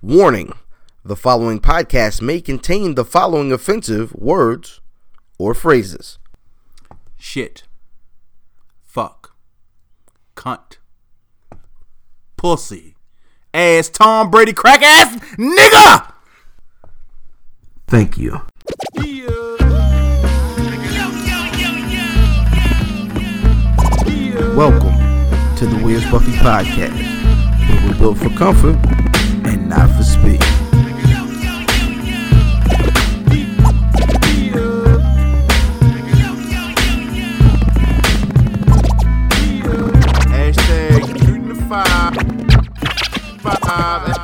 Warning the following podcast may contain the following offensive words or phrases. Shit. Fuck. Cunt. Pussy. Ass Tom Brady crack ass nigga! Thank you. Welcome to the Where's Buffy podcast, where we're built for comfort and not for speed. Hashtag shooting the five. Five. Yeah.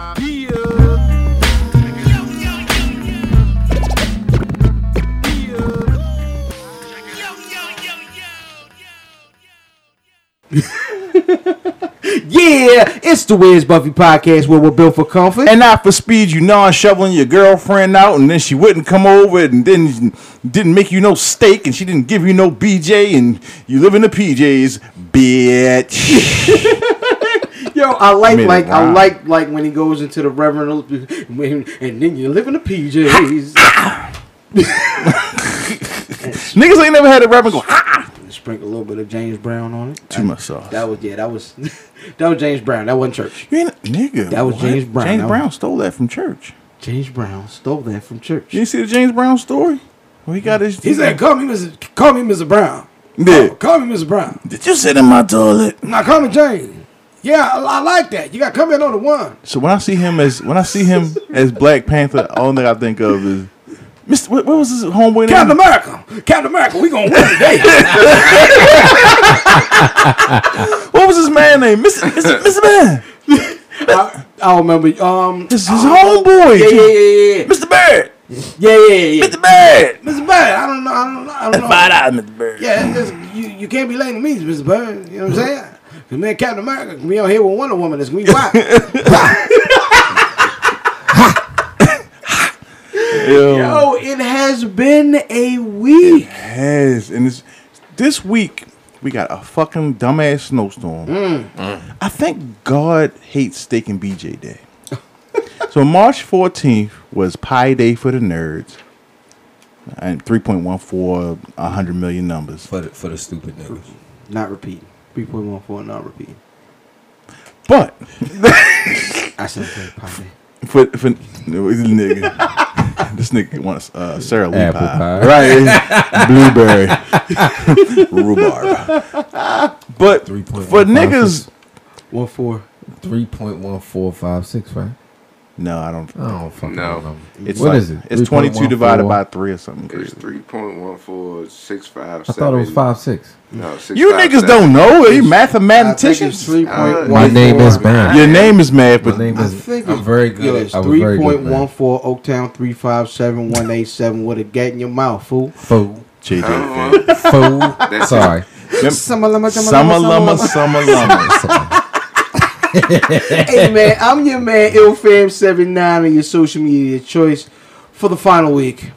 Yeah, it's the Wiz Buffy podcast where we're built for comfort. And And not for speed, you non shoveling your girlfriend out, and then she wouldn't come over, and then didn't make you no steak, and she didn't give you no BJ, and you live in the PJs, bitch. yo, I like Made it like I wild. like like when he goes into the Reverend when, and then you live in the PJs. Niggas ain't never had a rapper go ah, Sprinkle a little bit of James Brown on it. to myself. That was yeah, that was that was James Brown. That wasn't church. You ain't, nigga, That was what? James Brown. James That Brown was- stole that from church. James Brown stole that from church. You see the James Brown story? Well, he got his. He said, "Call me, Mrs. Call me, Mr. Brown. Yeah. Oh, call me, Mr. Brown. Did you sit in my toilet? Now call me James. Yeah, I, I like that. You got to come in on the one. So when I see him as when I see him as Black Panther, all thing I think of is Mr. What, what was his homeboy Captain name? America. Captain America. We gonna win today. What was his man name? Mr. Mr. Mr. Man. I, I don't remember. Um, This is his homeboy. yeah, yeah, yeah, yeah. Mr. Bird. Yeah, yeah, yeah. Mr. Bird. Mr. Bird, I don't know, I don't know, I don't know. Find out, Mr. Bird. Yeah, it's just, you, you can't be lame to me, Mr. Bird. You know what I'm saying? Cause man, Captain America can be on here with Wonder Woman. It's gonna be wild. Yo. Yo, Oh, it has been a week. Yes. And it's, this week, we got a fucking dumbass snowstorm. Mm. I think God hates Steak and BJ Day. so March 14th was Pi Day for the nerds. And 3.14, 100 million numbers. for the, for the stupid niggas. Not repeating. Three point one four. Not repeating. But I said okay, pie. for, for no, this nigga, this nigga wants uh, Sarah Lee Apple pie. right? Blueberry, rhubarb. But for 3.15. niggas, One four. Three point one four five six, right? no, I don't. I don't fucking No. know. It's What like- is it? It's twenty two divided 3.14? by three or something It's crazy. three point one four six five I seven. thought it was five six. No, six, You five, niggas seven. don't know. Are you I mathematicians? think it's Uh, 3.14. My name is Brown. Your name is math, My but name I is. think I'm it's- very good. Yo, it's I was very three point good. one man. four Oaktown three five seven one eight seven with a gat in your mouth, fool. Fool. JJ. I don't know. Fool. Sorry. Summer lumma, summer Summer lumma, summer lumma, lumma. summer lumma. hey man, I'm your man IlFam79 on your social media choice for the final week.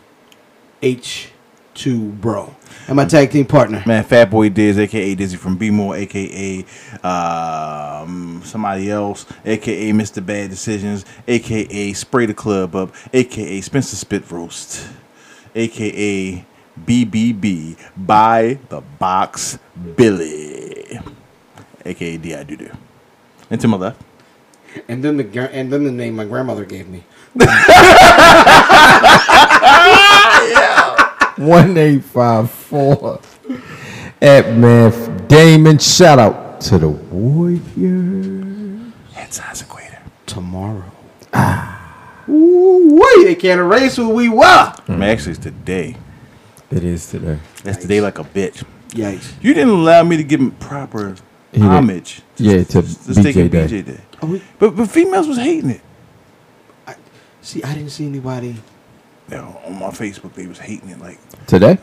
H2 Bro. And my tag team partner. Man, Fat Boy Diz, aka Dizzy from B More, aka um, somebody else, aka Mr. Bad Decisions, aka Spray the Club Up, aka Spencer Spit Roast, aka BBB by the Box Billy, aka D.I. Doo Doo. And to my left, And then the gr- and then the name my grandmother gave me. One eight five four. At Math Damon. Shout out to the Warrior. head size equator. Tomorrow. Ooh, wait, they can't erase who we were. Hmm. Man, actually, it's today. It is today. That's today like a bitch. Yikes. You didn't allow me to give him proper did. homage. Yeah, to taking BJ Day. BJ Day. Oh, we- But but females was hating it. see, I didn't see anybody. Now, on my Facebook, they was hating it like Today?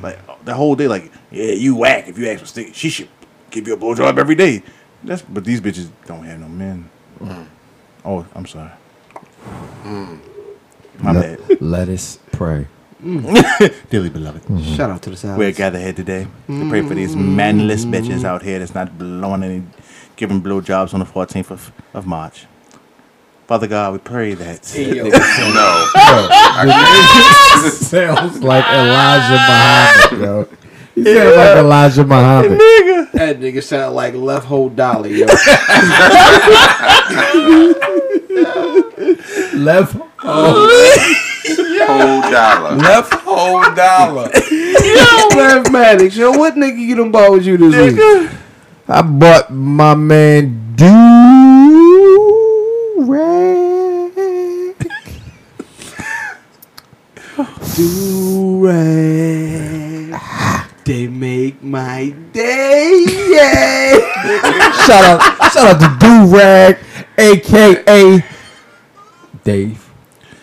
like the whole day. Like, yeah, you whack if you ask for steak. She should give you a blowjob every day. That's but these bitches don't have no men. Oh, I'm sorry. Mm-hmm. My bad. Let us pray. Dearly beloved, Mm-hmm. Shout out to the South. we're gathered here today to pray for these manless bitches out here that's not blowing any, giving blowjobs on the 14th of, of March. Father God, we pray that. Yo, No. Sounds like Elijah Muhammad, yo. He sounds like Elijah Muhammad. that nigga sound like left hole dolly. Yo. Left Whole dollar. Left whole dollar. Left Maddox. Yo, what nigga you done bought with you this week? I bought my man do rag. Do right. They make my day. Yeah. shout out, shout out to do rag, aka Dave.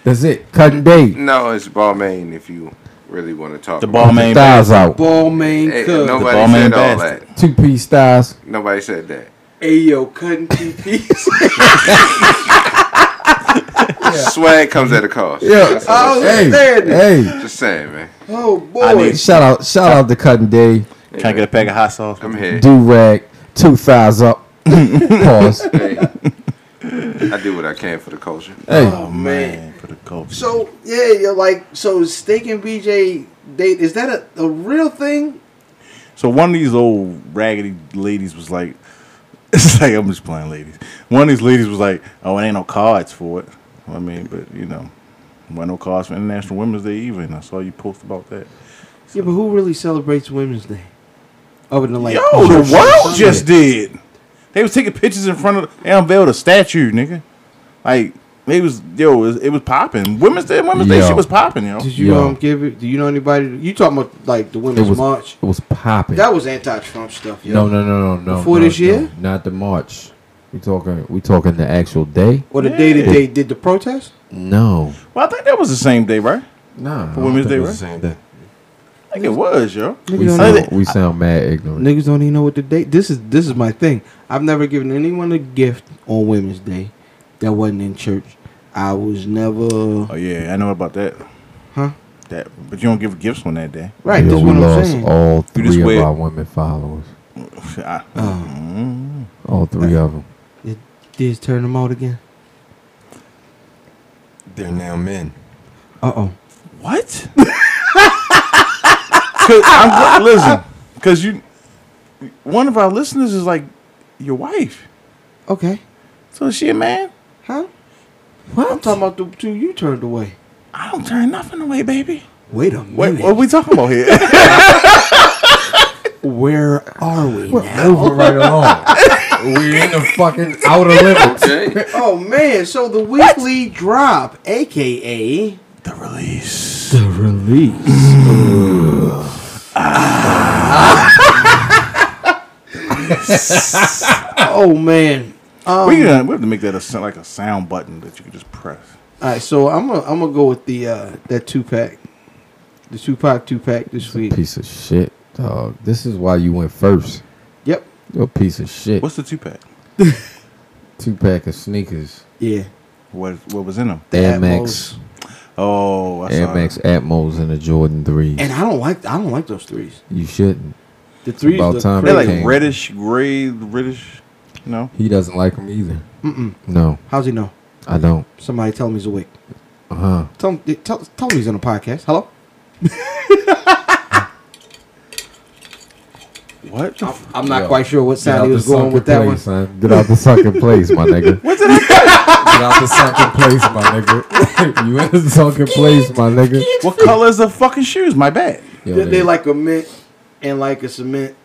That's it. Cutting Dave. No, it's Balmain if you really want to talk. The about ball The Oh, man. thighs out. Ball main it. Hey, cook. nobody Balmain said all bastard. that. Two piece thighs. Nobody said that. Ayo, cutting TPs. Swag comes at a cost. Yeah. Oh, Hey, standing. hey. Just saying, man. Oh, I boy. need- Shout out, shout out to Cutting Dave. Can I get a pack of hot sauce? I'm here. Do rag. Two thighs up. Pause. Hey, I do what I can for the culture. Hey, Oh man, for the culture. So, yeah, you're like, so Steak and BJ date, is that a, a real thing? So one of these old raggedy ladies was like, "It's like I'm just playing, ladies." One of these ladies was like, "Oh, it ain't no cards for it." I mean, but you know, why no cards for International Women's Day even? I saw you post about that. Yeah, but who really celebrates Women's Day? Other than like, Yo, the world just did. They was taking pictures in front of. They unveiled a statue, nigga. Like they was yo, it was, it was popping. Women's Day, Women's Day, Yo. shit was popping, yo. Did you Yo. um give it? Do you know anybody? You talking about like the it Women's was March? It was popping. That was anti-Trump stuff. Yo. No, no, no, no, no. Before no, this no. year? Not the March. We talking. We talking the actual day. Or the day that they did the protest? No. Well, I think that was the same day, right? Nah. For Women's Day, right? Day. I think it was, yo. We Niggas sound, don't- we sound mad ignorant. Niggas don't even know what the date. This is this is my thing. I've never given anyone a gift on Women's Day that wasn't in church. I was never Oh yeah, I know about that. Huh? That, but you don't give gifts on that day. right. Yo, That's we what I'm lost saying. all You just three of wait. our women followers. I- All three of them. Did did Um, it turn them out again? They're now men. Uh oh. What? 'Cause I'm- listen, because you, one of our listeners is like your wife. Okay. So is she a man? Huh? What? I'm talking about the two you turned away. I don't turn nothing away, baby. Wait a minute. What, what we talking about here? Where are we? Over right along. we in the fucking outer limits. Okay. Oh man! So the weekly drop, aka the release. The release. Oh man. Um, we, gonna, we have to make that a, sou- like a sound button that you can just press. all right, so I'm gonna I'm gonna go with the uh, that two pack, the two pack two pack this week. Piece of shit, dog. This is why you went first. Yep. You're a piece of shit. What's the two pack? Two pack of sneakers. Yeah. What what was in them? The Air Atmos. Max, Oh, I Air saw Max it. Atmos, and the Jordan Three. And I don't like I don't like those threes. You shouldn't. The threes about look time They're crazy. they like Came. reddish, gray, reddish. You know, He doesn't like them either. Mm-mm. No, How's he know? I don't. Somebody tell him he's awake. Uh huh. Tell him tell, tell him he's on a podcast. Hello. what? I'm, I'm not Yo, quite sure what sound he was going with that place, one. Son. Get out the sunken place, my nigga. What's Get out the sunken place, my nigga. you in the sunken place, my nigga. What color is the fucking shoes? My bad. Yo, They, they nigga. like a mint and like a cement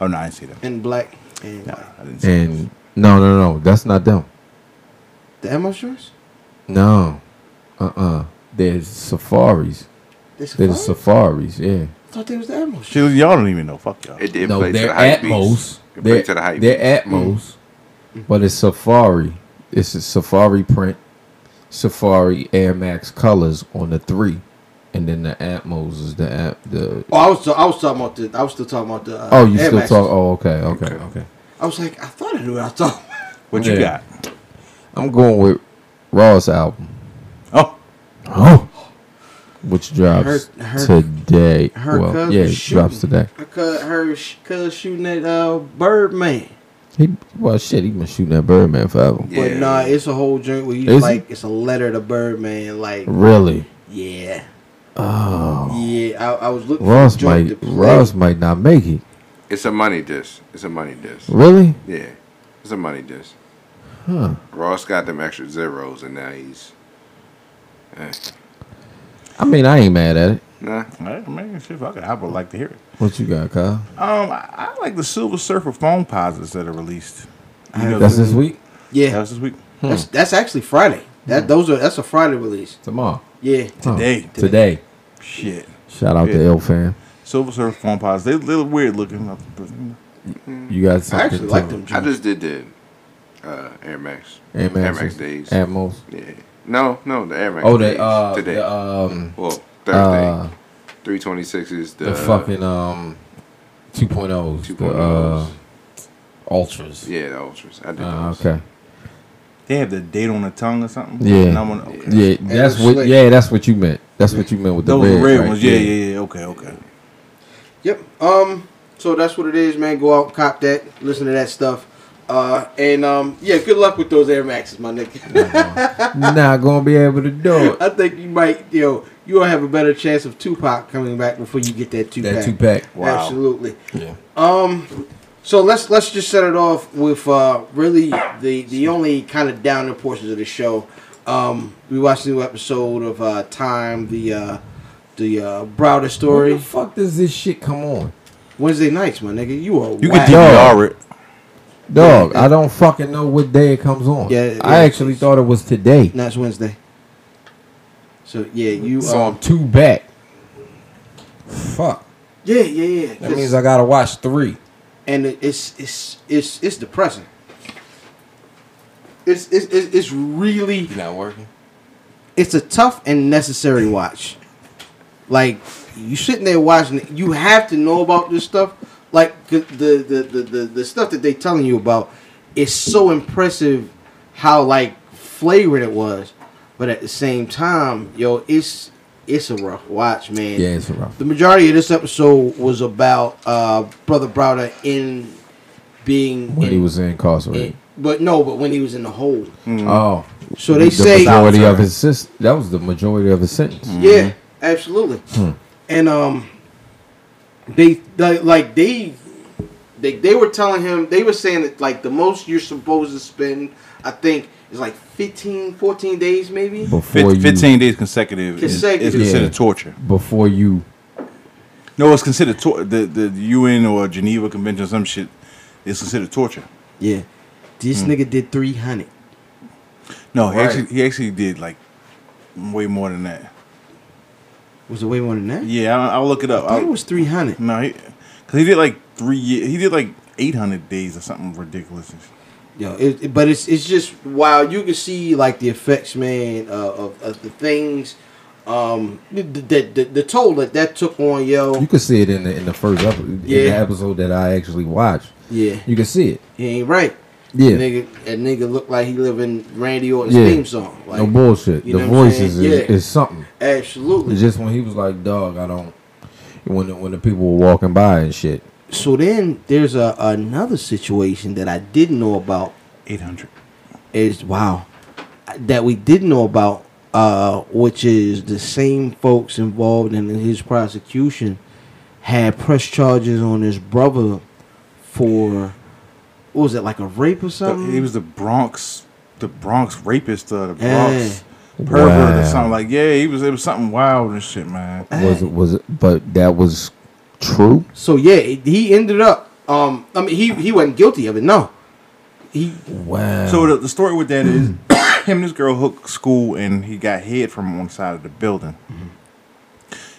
Oh no, I didn't see them. and black and uh, No, I didn't see them. and no, no, no. That's not them. the Atmos shorts. No. Uh uh There's safaris. This There's safaris. Yeah. I thought they was the Atmos. She, y'all don't even know. Fuck y'all. It did no, play to they're the hype Atmos. It They're, played to the hype they're beast. Mm. Atmos, but it's Safari. It's a Safari print, Safari Air Max colors on the three, and then the Atmos is the at the. Oh, I was I was talking about the I was still talking about the. Uh, Oh, you Air still Maxes. talk? Oh, okay, okay, okay. I was like, I thought I knew what I thought. What you Yeah. got? I'm going with Raw's album. Oh, Oh. Which drops Her- her- today? Her well, cuz yeah, was it drops shooting- today. Her cuz her sh- cuz shooting at uh Birdman. He well shit, he been shooting at Birdman forever. Yeah. But nah, it's a whole joint where you Is like it's a letter to Birdman. Like Really? yeah, Oh. yeah. I, I was looking. Ross for a might joint to play. Ross might not make it. It's a money dish. It's a money dish. Really? Yeah. It's a money dish. Huh. Ross got them extra zeros and now he's eh. I mean I ain't mad at it. nah. All right, man, shit, fuck it. I would like to hear it. What you got, Kyle? Um, I, I like the Silver Surfer phone posits that are released. You know, That's this week? that Yeah, was this week. that's that's actually Friday. Hmm. That those are that's a Friday release. Tomorrow. Yeah, Huh. Today. Today. Shit. Shout out to Yeah. L fam. Silver Surfer phone posits. They little weird looking. You got I something actually to- like them. I joints. just did the uh, Air Max. Air Max, Air Max days. Atmos. yeah. No, no, the Air Max. Oh, days. the uh, today. the um, well, Thursday. uh, 326 is the, the fucking um, 2.0s, the uh, 2.0s. ultras. oh. yeah, the Ultras. I did Uh, those. okay. They have the date on the tongue or something. Yeah. And I'm on- okay. Yeah, that's those what. slick. Yeah, that's what you meant. That's what you meant with the Those red, red, red right? ones. Yeah, yeah, yeah. Okay, okay. Yep. Um. So that's what it is, man. Go out, cop that, listen to that stuff. Uh. And um. Yeah. Good luck with those Air Maxes, my nigga. Not gonna be able to do it. I think you might, you know, you'll have a better chance of Tupac coming back before you get that two That pack. two pack. Wow. Absolutely. Yeah. Um, so let's let's just set it off with uh, really the the only kind of downer portions of the show. Um, we watched a new episode of uh, Time, the uh, the uh, Browder Where the story fuck does this shit come on, Wednesday nights, my nigga. You are You whack. can DVR it. dog? I don't fucking know what day it comes on. Yeah, I yeah. actually thought it was today. No, it's Wednesday. So yeah, you. So Uh, I'm two back. Fuck. yeah, yeah, yeah. That This- means I gotta watch three. and it- it's it's it's it's depressing. It's it's it's it's really You not working? it's a tough and necessary watch. Like you sitting there watching it, you have to know about this stuff. Like the the the the, the, the stuff that they telling you about is so impressive. How like flavored it was, but at the same time, yo, it's it's a rough watch, man. Yeah, it's rough. The majority of this episode was about uh, Brother Browder in being When he in- was incarcerated. in- but no, but when he was in the hole. Oh, Mm. So they the say, majority of his Mm-hmm. sis- that was the majority of his sentence. yeah, absolutely. Hmm. And um, they, they like they, they they were telling him they were saying that like the most you're supposed to spend, I think, is like 15, 14 days maybe. Before Fif- you, 15 days consecutive is, is Consecutive. considered Yeah. torture. before you, No, it's considered tor- the the UN or Geneva Convention or some shit. It's considered torture. Yeah, Hmm. this nigga did three hundred. No, he Right. actually he actually did like way more than that. Was it way more than that? Yeah, I, I'll look it up. I thought it I'll- was three hundred. no, because he did like three. ye- He did like eight hundred days or something ridiculous. Yo, it, it- but it's it's just wow. You can see like the effects, man, uh, of, of the things, um, the, the, the the toll that that took on yo. you could see it in the in the first episode, in the Yeah. episode that I actually watched. Yeah, You could see it. he ain't right. Yeah, nigga, that nigga looked like he living Randy Orton's Yeah. theme song. Like, no bullshit. you The know what I'm voices is, saying? Yeah. is something. Absolutely. It's just when he was like, "Dog, I don't." When the, when the people were walking by and shit, so then there's a another situation that I didn't know about Eight hundred. is wow that we didn't know about, uh, which is the same folks involved in his prosecution had press charges on his brother for what was it like a rape or something? He was the Bronx, the Bronx rapist, or the Yeah. Bronx pervert Wow. or something. Like yeah, he was. It was something wild and shit, man. was it was it? But that was true. so yeah, he ended up. Um, I mean, he he wasn't guilty of it. No, he Wow. So the, the story with that is him and this girl hooked school and he got hid from one side of the building.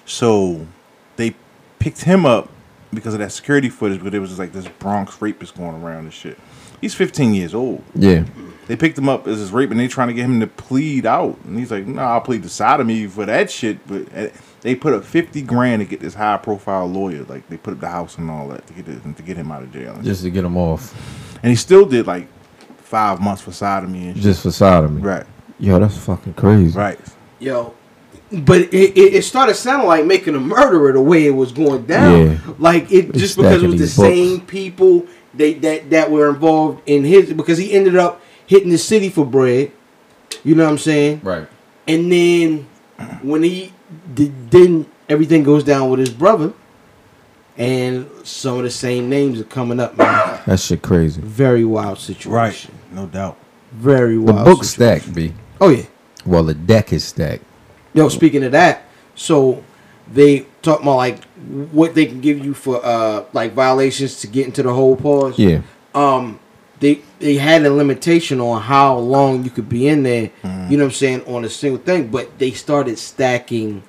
So they picked him up because of that security footage, but it was just like this Bronx rapist going around and shit. He's 15 years old. yeah, They picked him up as this rape and they trying to get him to plead out. And he's like, no, I'll plead the side of me for that shit. But uh, they put up 50 grand to get this high profile lawyer. Like they put up the house and all that to get, it, to get him out of jail. And, shit. just to get him off, and he still did like five months for sodomy and shit. just for sodomy. Right. Yo, that's fucking crazy. Right. Yo, but it, it, it started sounding like making a murderer the way it was going down. Yeah. Like it They just because it stacking was the these books. same people they that that were involved in his because he ended up hitting the city for bread. You know what I'm saying? Right. And then when he did, then everything goes down with his brother, and some of the same names are coming up. Man. That shit crazy. Very wild situation. Right. No doubt. Very The wild. book situation. stacked, B. Oh yeah. Well, the deck is stacked. Yo, speaking of that, so they talk about like what they can give you for uh like violations to get into the whole pause. Yeah. Um they they had a limitation on how long you could be in there, Mm-hmm. you know what I'm saying, on a single thing, but they started stacking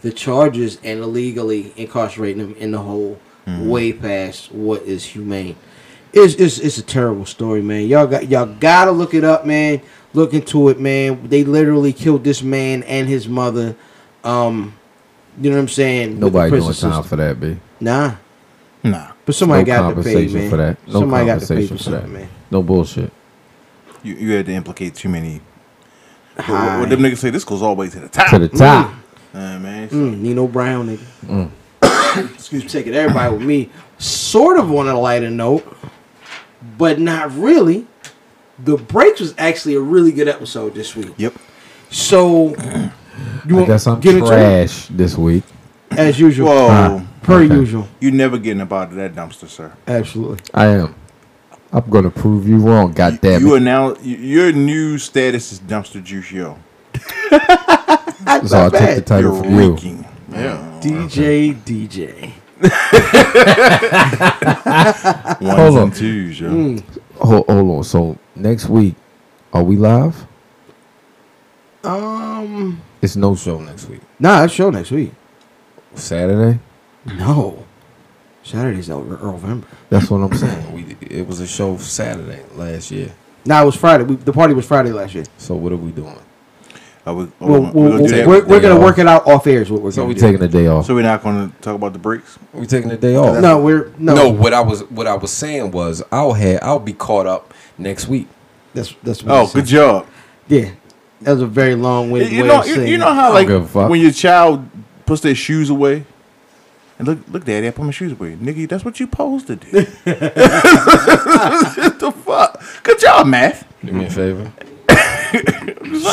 the charges and illegally incarcerating them in the whole Mm-hmm. way past what is humane. It's, it's it's a terrible story, man. Y'all got y'all gotta look it up, man. Look into it, man. They literally killed this man and his mother. Um, you know what I'm saying? with the Nobody doing time prison system. for that, B. Nah, Nah. but somebody no got to pay, compensation man. for that. No somebody got to pay compensation for for that. something, man. No bullshit. You, you had to implicate too many. What, what, Hi. what them niggas say? This goes all the way to the top. To the top. Uh, man. it's- Mm, Nino Brown, nigga. Excuse me, taking everybody with me. Sort of on a lighter note, but not really. The breaks was actually a really good episode this week. Yep. So you I want guess to I'm get into it trash this week. as usual, Whoa. per usual. You never getting up out of that dumpster, sir. Absolutely. I am. I'm gonna prove you wrong. God You, damn you it. are now. you- Your new status is dumpster juice, yo. Not So I'll take bad. the title You're from you. reeking. DJ DJ. Ones Hold on. and twos, yo. Mm. Hold, hold on. So next week, are we live? Um, It's no show next week. nah, that's show next week. Saturday. No, Saturday's over November. That's what I'm saying. We it was a show Saturday last year. Nah, it was Friday. We, the party was Friday last year. So what are we doing? Are we, are oh, we Well, gonna- we'll, we gonna do we'll, that? we're, we're day gonna off. work it out off air. Is what we're So gonna we do. taking a day off. so we're not going to talk about the breaks. we taking a day off. No, we're no. No. what I was what I was saying was I'll have I'll be caught up next week. That's that's. What Oh, good job. Yeah, that was a very long way. You way know, of you, saying you know that. how like give a fuck. when your child puts their shoes away, and look, look, daddy, I put my shoes away, nigga. That's what you supposed to do. what the fuck? Good job, math. Do me a favor.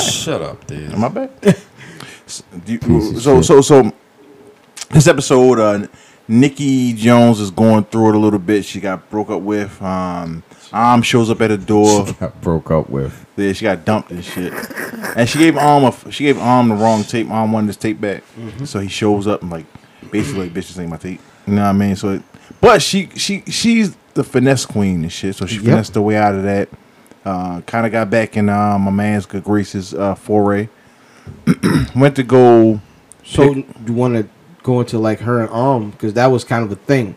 Shut up, dude. My bad. S- do you- Piece of so, shit. so, so, this episode, uh, Nikki Jones is going through it a little bit. She got broke up with. Um, Am shows up at a door. I broke up with. Yeah, she got dumped and shit. And she gave Arm a, she gave Arm the wrong tape. Arm wanted this tape back, so he shows up and like basically like, bitch, this ain't my tape. You know what I mean? So, it, but she she she's the finesse queen and shit. So she Yep. finessed her way out of that. Uh, kind of got back in uh, my man's good graces uh, foray. Went to go. So you want to go into like her and arm because that was kind of a thing.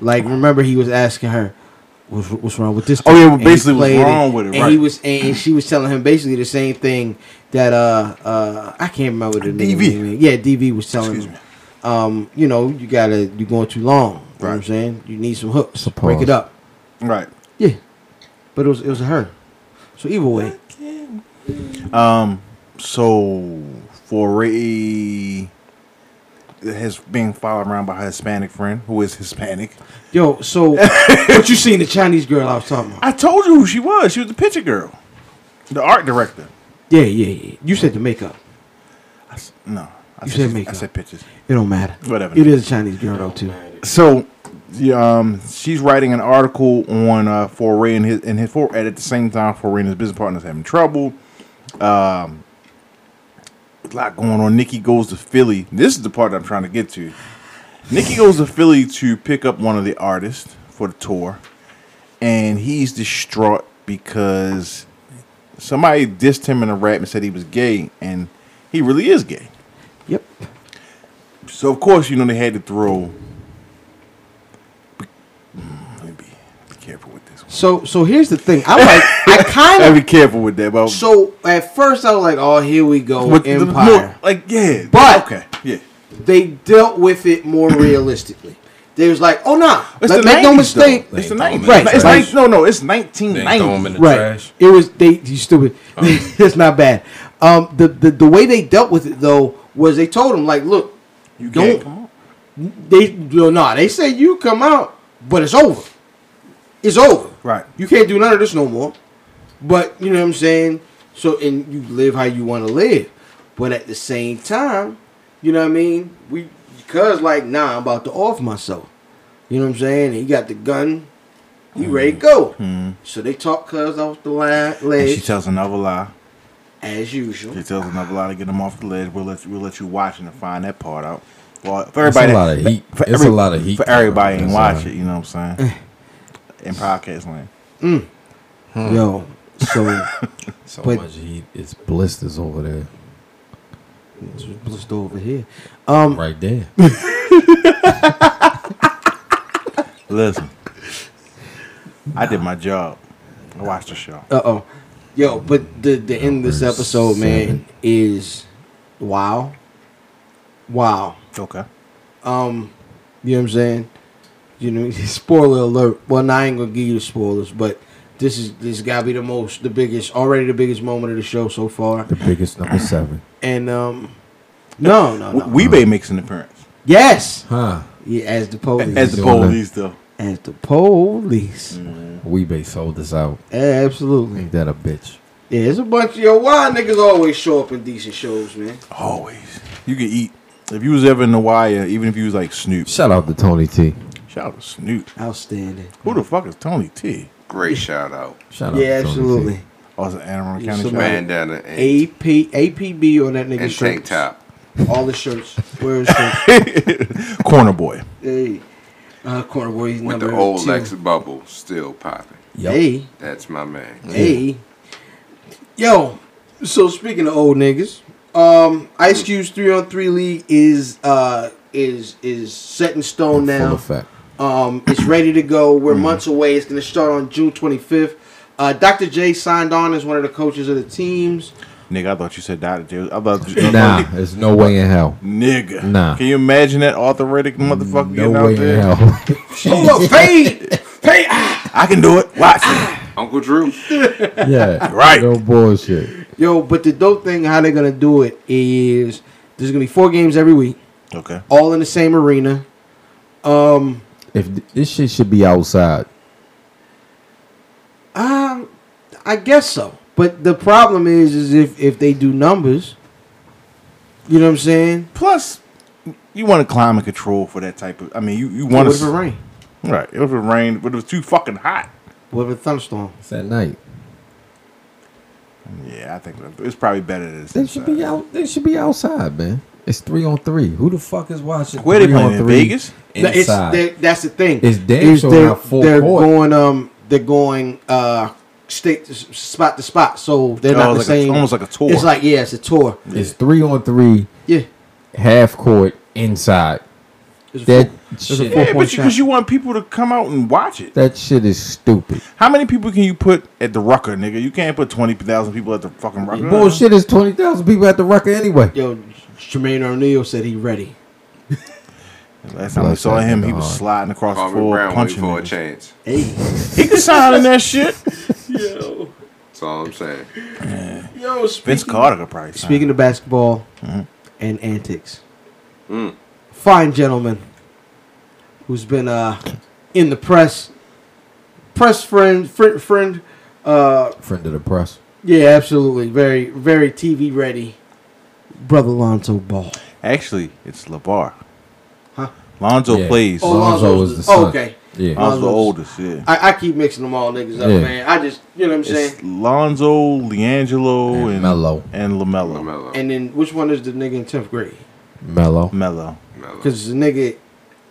Like remember he was asking her, "What's, what's wrong with this?" Oh, yeah, well, And he basically what's played wrong with it, And he right. was and she was telling him basically the same thing that uh uh I can't remember the name. DV. of it. Yeah, DV was telling Excuse him, um, you know, you gotta you're going too long. You know what I'm Right. saying you need some hooks. It's a Break pause. it up. Right. Yeah, but it was it was her. So either way, So foray has been followed around by her Hispanic friend who is Hispanic. yo. So what you seen the Chinese girl I was talking about? I told you who she was. She was the picture girl, the art director. Yeah, yeah, yeah. You said the makeup. I s- no, I said, You said she's- I makeup. said pictures. It don't matter. Whatever. It is a Chinese girl though too. So, the, um, she's writing an article on uh, Foray and his and his for and at the same time Foray and his business partners having trouble. Um, a lot going on. Nikki goes to Philly. This is the part I'm trying to get to. Nikki goes to Philly to pick up one of the artists for the tour, and he's distraught because somebody dissed him in a rap and said he was gay, and he really is gay. Yep. So of course, you know they had to throw. Be, be, be careful with this. One. So so here's the thing. I like I kind Gotta of be careful with that, but so at first I was like, oh here we go with the- Empire. look, like yeah, But- okay, yeah, they dealt with it more realistically. They was like, oh nah, It's like, the make no 90s, though. mistake. They it's the ain't throwing nineties. them in Right, the It's trash. like no, no, it's They nineteen ain't throw them in ninety. the right. trash. It was they you stupid. Oh. it's not bad. Um the, the the way they dealt with it though was they told him like, look, You don't can't come on. they no, nah, they say you come out, but it's over. it's over. Right. You can't do none of this no more. But you know what I'm saying? So and you live how you want to live. But at the same time, you know what I mean? We because like nah, I'm about to off myself. You know what I'm saying? He got the gun. He ready to go. So they talk cuz off the line, Hmm. And she ledge tells another lie. as usual. She tells another lie to get him off the ledge. We'll let you, we'll let you watch it and find that part out. Well, for It's a everybody, that- lot of heat. For It's a lot of heat for everybody. coming Ain't up, watch that's it. You know what I'm saying? Eh. In podcast land. Yo, so So But- much heat. It's blisters over there, let's go over here. Um, right there. Listen, I did my job. I watched the show. Uh oh. Yo, but the the end of this Number episode, man, seven. is wow. Wow. Okay. Um, you know what I'm saying? You know, spoiler alert. Well, nah, I ain't gonna give you the spoilers, but this is this gotta be the most, the biggest, already the biggest moment of the show so far. The biggest number seven, And um, no, no, no. Uh-huh. We may makes an appearance yes, huh? yeah, as the police, as the doing that. police, though. as the police, Weebay sold us out. absolutely. Ain't that a bitch? Yeah, it's a bunch of yo. Why niggas always show up in decent shows, man? Always, you could eat. If you was ever in the wire, even if you was like Snoop, Shout out to Tony T. shout out to Snoop. Outstanding. Who the fuck is Tony T? Great shout out. Shout out. Yeah, to Tony T. absolutely. Oh, it's an Anne Arundel Yeah, County somebody- shout out. Bandana and, AP APB on that nigga and shirt. tank top. All the shirts. Where is shirts? Corner boy. hey. Uh, corner boy With number the old two. Lex bubble still popping. Yup. Hey, That's my man. hey. Yo, so speaking of old niggas, um, Hmm. Ice Cube's three on three league is uh is is set in stone In Full now. effect. Hmm. Um, it's ready to go. We're months away. It's going to start on June 25th. Uh, Dr. J signed on as one of the coaches of the teams. Nigga, I thought you said Dr. J. I thought you Nah, there's no way in hell. Nigga. Nah. Can you imagine that arthritic motherfucker No getting out way in there? ah! hell. Oh, paid, paid. I can do it. Watch Ah! me. Uncle Drew. yeah, Right. No bullshit. Yo, but the dope thing how they're gonna do it is there's gonna be four games every week, Okay. all in the same arena. Um, If th- this shit should be outside, um, I guess so. But the problem is, is if if they do numbers, you know what I'm saying? Plus, you want to climate control for that type of. I mean, you, you What want if it to. rain? Right. If it rained, but it was too fucking hot. What if it thunderstorm? it's at night. Yeah, I think that- it's probably better than this. They should be out. They should be outside, man. It's three on three. Who the fuck is watching? Where they three on playing? In three Vegas? Th- It's, Inside. they- that's the thing. It's damn is sure they're, not full they're court. going um they're going uh state to s- spot to spot, so they're Oh, not the like a- same. almost like a tour. It's like yeah, it's a tour. it's three on three, Yeah, half court inside. it's a That full- it's a shit, Yeah, four-point but shot. because you, want people to come out and watch it. that shit is stupid. How many people can you put at the Rucker, nigga? You can't put 20,000 people at the fucking Rucker. Bullshit is twenty thousand people at the record anyway. Yo, Jermaine O'Neal said he ready. Last time we saw Bless that him, nigga he was hard. sliding across the Harvey floor, Brown waiting punching for a niggas. chance. Hey, He can sign in that shit. That's all I'm saying. yo, Vince Carter could probably sign. Speaking of basketball Mm-hmm. and antics, fine gentleman who's been uh in the press, press friend, friend, friend, uh, Friend of the press. yeah, absolutely, very, very TV ready, brother Lonzo Ball. Actually, it's LeVar. Huh? Lonzo Yeah. plays. Oh, Lonzo was Lonzo was the- the son. oh, okay. Yeah. Lonzo Lonzo's- oldest, yeah. I, I keep mixing them all niggas up, Yeah. man. I just, you know what I'm saying. It's Lonzo, Leangelo, and, And Melo. And LaMelo. LaMelo. And then which one is the nigga in tenth grade? Mellow. Melo. LaMelo. Because the nigga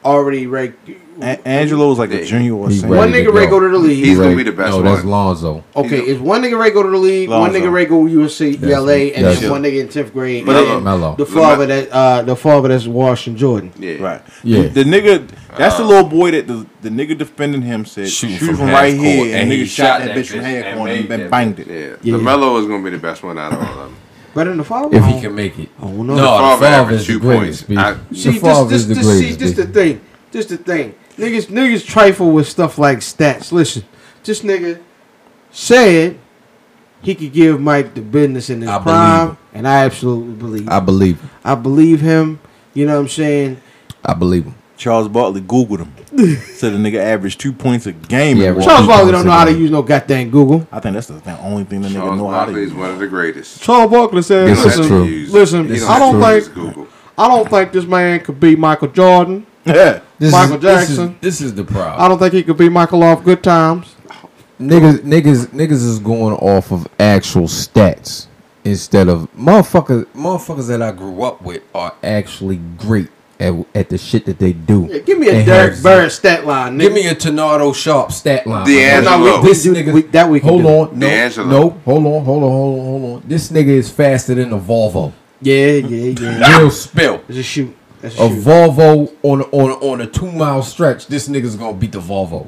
already ranked. A- Angelo is like a Yeah. junior or He something. One ready. to nigga ready go go. to the Uh, league. He's gonna be the best No, one. that's Lonzo. Okay, He's- is one nigga ready go to the league, one Lonzo. nigga ready go USC, Yes, ELA, and yes. uh, then one nigga in tenth grade. But and Melo. Melo. the father that uh, the father that's Washington Jordan. Yeah. Right. Yeah. The, the nigga, that's the little boy that the, the nigga defending him said, Shooting shoot from from, half right court," here. And, and the he nigga shot shot that that bitch from bitch half and corner and made been that banged it. Yeah. Yeah. LaMelo is gonna be the best one out of all of them. Better than the father. If he can make it. I don't know. No, Favre the father averaged is the two greatest. points. I- B. see, the father this, is the this, this, see, greatest. this B. the thing. This the thing. Niggas, niggas trifle with stuff like stats. Listen, this nigga said he could give Mike the business in his I believe prime, him. and I absolutely believe. I I, believe. him. I believe him. You know what I'm saying? I believe him. Charles Barkley Googled him. Said the nigga averaged two points a game. Yeah, in one- right. Charles Barkley don't Once know how to again. use no goddamn Google. I think that's the thing- only thing the nigga Charles know how to Barkley is use. one of the greatest. Charles Barkley said, This is He don't have to true. use- Listen, he I don't have to think- use Google. I don't think this man could be Michael Jordan. Yeah. This Michael is, this is- Jackson. This is, the I problem. don't think he could be Michael off good times. Uh, Niggas, niggas, niggas is going off of actual stats instead of motherfuckers. Motherfuckers that I grew up with are actually great at, at the shit that they do. Yeah, give me a And Derek have- Barrett stat line, nigga. Give me a Tornado Sharp stat line. D'Angelo. No, we- This we do- nigga, we- that we can hold do. on, no, D'Angelo. no, hold on, hold on, hold on, hold on. This nigga is faster than a Volvo. yeah, yeah, yeah. Real spill. That's a shoot. That's A a shoot. Volvo on on on a two mile stretch. This nigga's gonna beat the Volvo.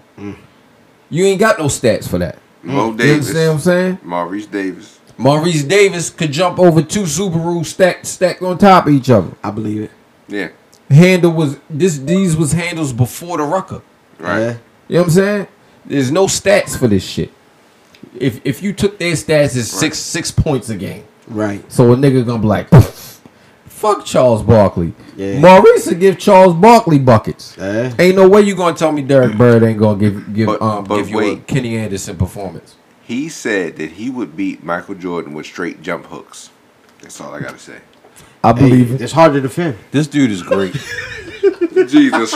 You ain't got no stats for that. Mo You understand what I'm Davis. saying? Maurice Davis. Maurice Davis could jump over two Subaru stacked stacked on top of each other. I believe it. Yeah. Handle was this these was handles before the rucker. Right. Yeah. You know what I'm saying? There's no stats for this shit. If if you took their stats, it's six six points a game. Right. So a nigga gonna be like, fuck Charles Barkley. Yeah. Maurice will give Charles Barkley buckets. Yeah. Ain't no way you gonna tell me Derek Bird ain't gonna give give But- um but give you a wait. Kenny Anderson performance. He said that he would beat Michael Jordan with straight jump hooks. That's all I gotta say. Hey, I believe it. it's hard to defend. This dude is great. Jesus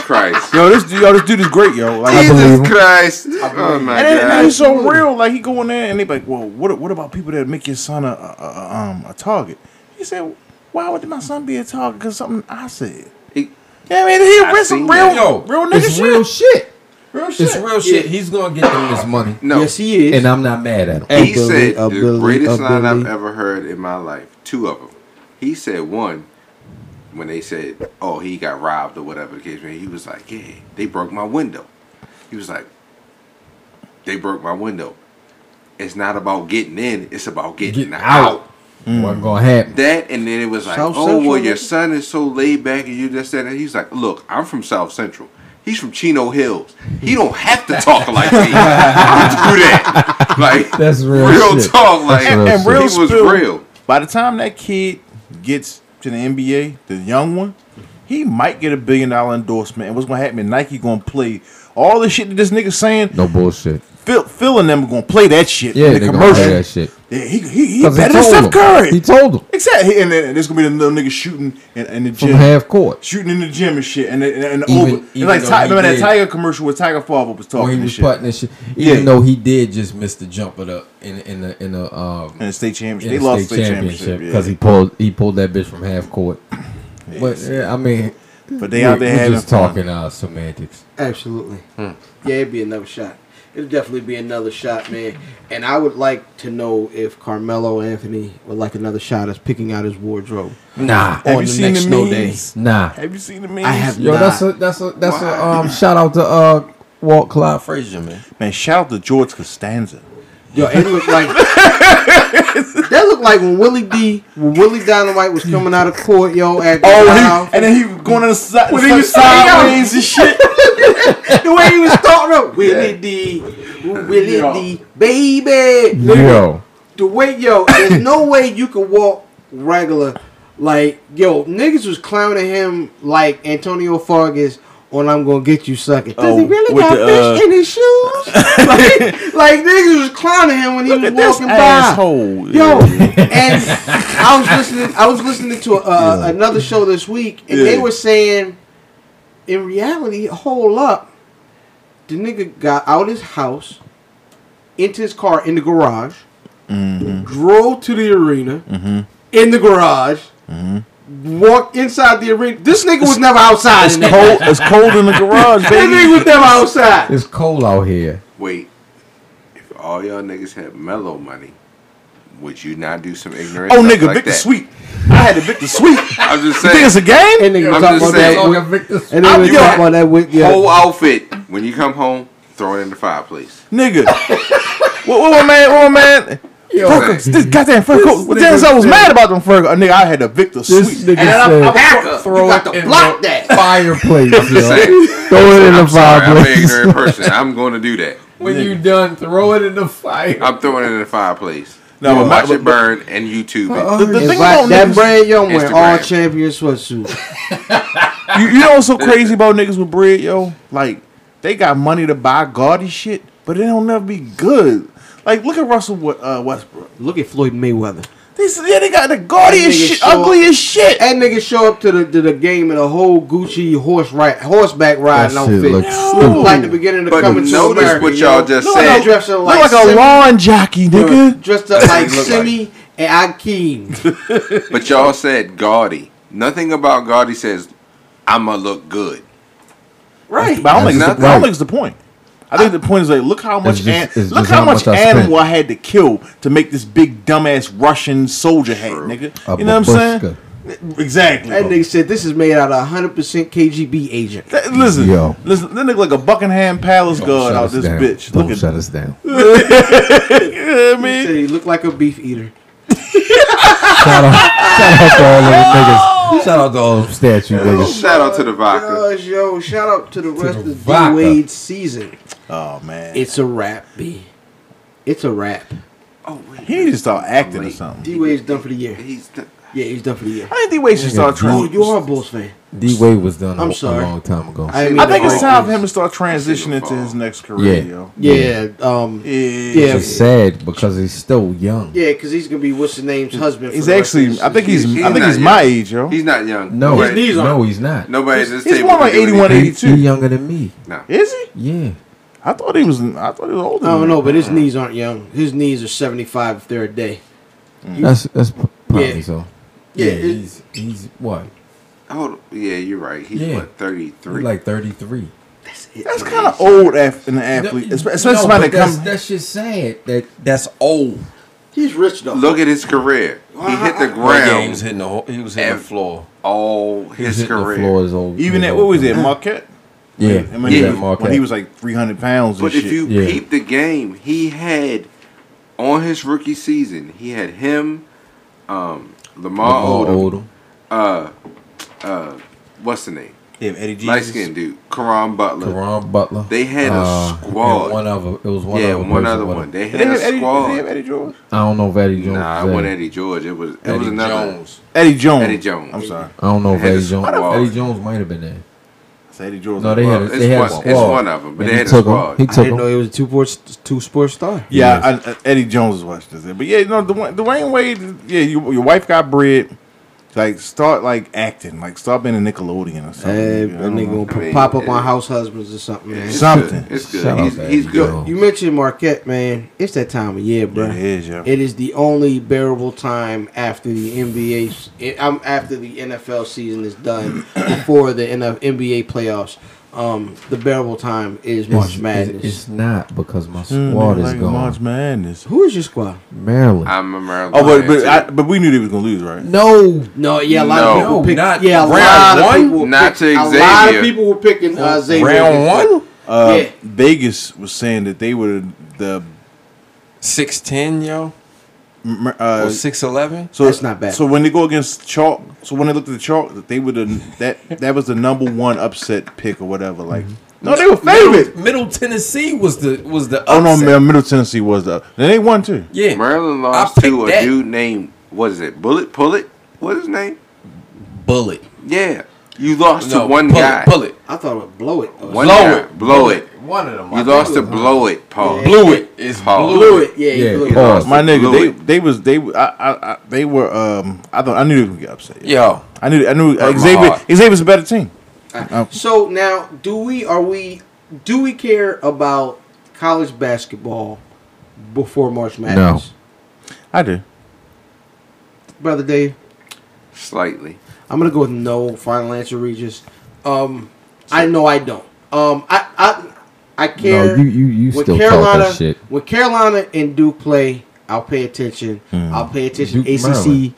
Christ. yo, this dude, yo, this dude is great, yo. Like, believe him. Jesus Christ. Oh my And it- God. and it's so real. Like he go in there and they be like, well, what what about people that make your son a, a, a um a target? He said, why would my son be a target? Because something I said. He- Yeah, I mean, he I read some seen real, that. Yo, real nigga it's shit. real shit. real It's real shit. He's gonna get them this money, No. Yes, he is. and I'm not mad at him. He Ability, said the ability, greatest line I've ability. ever heard in my life. Two of them. He said one when they said, "Oh, he got robbed or whatever the case may." be. He was like, "Yeah, they broke my window." He was like, "They broke my window." It's not about getting in; it's about getting, Getting out. What gonna happen? That and then it was like, South "Oh, Central, well, your nigga. son is so laid back, and you just said that." He's like, "Look, I'm from South Central." He's from Chino Hills. He don't have to talk like me. I don't do that. Like That's real shit. talk. Like That's real and, and shit. real he was spill, real. By the time that kid gets to the NBA, the young one, he might get a billion dollar endorsement. And what's gonna happen? Nike gonna play all the shit that this nigga saying. No bullshit. Phil, Phil and them gonna play that shit Yeah, in the they gonna commercial. play that shit. Yeah, he he, he 'Cause he better than told Steph him. Curry. He told him Exactly, and then there's gonna be the little nigga shooting in, in the from gym, half court. shooting in the gym and shit, and and, and Even- over. and even like though Ti- he remember that did. Tiger commercial where Tiger father was talking when he and was shit, putting and shit. Yeah. Even though he did just miss the jump it up in in the in the um and the state championship. they in the lost state state championship championship because yeah. he pulled he pulled that bitch from half court. But Yes. yeah, I mean, But they out we- there we having just fun. talking uh, semantics. Absolutely. Yeah, it'd be another shot. It'd definitely be another shot, man. And I would like to know if Carmelo Anthony would like another shot as picking out his wardrobe. Nah, Have on you the seen next the snow memes? nah. Have you seen the memes? I have Yo, not. that's a that's a that's a Why? um shout out to uh Walt Clyde Frazier, man. Man, shout out to George Costanza. Yo, it looked like that looked like when Willie D, when Willie Dynamite was coming out of court, yo, at the house. and then Oh, he was going on the side, When he was sideways and shit. the way he was talking up, Willie D, Willie Yo. D, baby. Yo, the way yo, there's no way you could walk regular. Like yo, niggas was clowning him like Antonio Fargas on "I'm Gonna Get You Sucker." Does Oh, he really with got the, fish uh, in his shoes? like, like niggas was clowning him when he was at this walking by. asshole. Yo, and I was listening. I was listening to uh, another show this week, and they Yeah. were saying, in reality, hold up, the nigga got out his house, into his car in the garage, Mm-hmm. drove to the arena in the garage, walked inside the arena. This nigga was never Mm-hmm. outside. It's in that cold. It's cold in the garage, That nigga baby. was never outside. it's cold out here. Wait, if all y'all niggas had mellow money, would you not do some ignorant? Oh, stuff nigga, like Victor that? Sweet. I had the Victor Sweet. You I'm just think it's a saying. game? And nigga I'm talking just about that. saying. with- And I'm nigga was your- talking about that with yeah. Whole outfit when you come home, throw it in the fireplace. nigga. what, what, what, man? What, man? Fur coats, this goddamn fur coat. nigga Denzel was said- mad about them fur coats. Nigga, I had the Victor This Sweet. nigga said Packer, you got to in block the that. fireplace. I'm just yo. saying. Throw it in the I'm sorry, I'm an ignorant fireplace. person. I'm going to do that. When you done, throw it in the fire. I'm throwing it in the fireplace. No, No, but Oh, my- watch it burn and YouTube it. The, the It's thing like about that niggas, brand young wear all Instagram. champion sweatsuit. you, you know what's so crazy about niggas with bread, yo? Like, they got money to buy gaudy shit, but it don't never be good. Like, look at Russell Wa- uh, Westbrook. Look at Floyd Mayweather. They, s- yeah, they got the gaudiest That nigga shit, short. ugliest shit. That nigga show up to the to the game in a whole Gucci horse ride, horseback riding That shit outfit. looks Look like the beginning of But coming to notice America, what yo. y'all just Look said. like dressed up Look like, like a Simi- lawn jockey, nigga. dressed up That's what like he look Simi and Akeem. But y'all said gaudy. Nothing about gaudy says I'ma look good. right. But I don't, That's think it's the, not I right. don't think it's the point. I think the point is like, look how much just- an, it's look just how how much, much I spent. animal I had to kill to make this big dumbass Russian soldier hat, nigga. A you know what I'm saying? babushka. Exactly. That nigga said this is made out of 100% KGB agent. That- listen, Yo. listen, that nigga like a Buckingham Palace guard Shut out us this down. bitch. Don't Look at shut us down. Yeah, I He mean, said he looked like a beef eater. Shout out, shout out to all of the niggas. Shout out to all the statue Oh niggas. Shout out to the vodka. Gosh, yo, shout out to the rest the of D vodka. Wade season. Oh man, It's a wrap, B. It's a wrap. he need to start acting or Wait. something. D Wade's done for the year. Oh, He's the, Yeah, he's done for the year. I think D Wade should start Oh, trying. you are a Bulls fan. D Wade was done a, I'm a sorry. long time ago. I, mean I think to it's break time for this. him to start transitioning to his next career. Yeah. Yo. Yeah, um, Yeah. yeah, It's yeah, just sad because he's still young. because he's gonna be what's the name's husband. for He's the rest of actually. this I think he's. season. I think not he's young. my age, yo. He's not young. No, Nobody- knees no, he's not. Nobody at this he's table. more like can do 81, anything. He, 82. he younger than me. No. Is he? Yeah. I thought he was. I thought he was older. I don't than know, that. but his knees aren't young. His knees are seventy five if they're a day. Mm. That's that's p- probably Yeah. so. Yeah, Yeah, it- he's he's what? Oh, yeah, you're right. He's Yeah. what, 33? He's like thirty three. That's it. that's kind of old af- in an athlete, espe- especially somebody that that's, come. that's just sad. That that's old. He's rich though. Look at his career. He hit the That game was ground hitting the ho- he was hitting Ev- the floor. all He's his hitting the career. floor is old. Even is at old. what was it, Marquette? Yeah, And when, yeah. he, at was- when he was like three hundred pounds. But and if shit. you Yeah. peep the game, he had on his rookie season, he had him, um, Lamar, Lamar Odom, Odom. uh, uh, what's the name? Yeah, Eddie Jesus. Light skinned dude, Karan Butler. Karan Butler. Uh, They had a and squad. One other, it was one yeah, other. one person other with one. him. Did They had they have a Eddie, squad. did they have Eddie George? I don't know Eddie Jones. nah, was it wasn't there. Eddie George. It was it Eddie was another. Jones. Eddie Jones. Eddie Jones. I'm sorry. I don't know if They had Eddie a Jones. squad. Eddie Jones might have been there. I said Eddie George. No, they had. it's they had one- a it's squad. one of 'em, And but they he had a took squad. Him. He I took didn't him. know he was a two sport two sport star. Yeah, I, I, Eddie Jones is watching this. But yeah, no, Dwayne, Dwayne Wade. Yeah, you, your wife got bread. Like start like acting. Like start being a Nickelodeon or something. Hey, I that don't know. nigga I gonna mean, pop up on it- house husbands or something. man. It's Something. good. It's Shout good. out He's, to he's Eddie good. Jones. You mentioned Marquette, man. It's that time of year, bro. Yeah, it is, yeah. It is the only bearable time after the NBA, 's- it- um, after the NFL season is done, before the NF NBA playoffs. Um, the bearable time is It's- March it's- Madness. It's not because my Mm, squad nigga, is like gone. March Madness. Who is your squad? Maryland. I'm a Maryland. Oh, but but, fan, I, too. but we knew they was gonna lose, right? No, No, yeah, a lot No. of people No, pick. not yeah, a lot round of one? people. were Not pick- to A lot of Xavier. people were picking uh, Xavier. Round one? Uh, Yeah. Vegas was saying that they were the Six ten, yo. m- uh, Or six eleven? so That's not bad. So when they go against chalk, so when they looked at the chalk, that they were the that that was the number one upset pick or whatever. Like no, they were favorite. Middle, Middle Tennessee was the was the Oh no, upset. man, Middle Tennessee was the then they won too. Yeah. Maryland I lost picked to a that. dude named what is it? Bullet Pullet? What is his name? Bullet. Yeah, you lost to one bullet, guy. Bullet. I thought it would blow it. One Blow guy. it. blow it. One of them. You lost to blow it, Paul. Blew it. It's Paul. blew blew it. Yeah, you Yeah, blew it. pause. lost My to nigga, Blew they It. they was they I, I, I they were um I thought I knew they would get upset. Yo. I knew I knew Hurt my Xavier heart. Xavier's a better team. So now, do we are we do we care about college basketball before March Madness, I do. brother Dave? Slightly. I'm gonna go with no final answer, Regis. Um, I know I don't. Um, I I I care. No, you- you- you still talk that shit. When Carolina and Duke play, I'll pay attention. I'll pay attention. Hmm. Duke, ACC Maryland.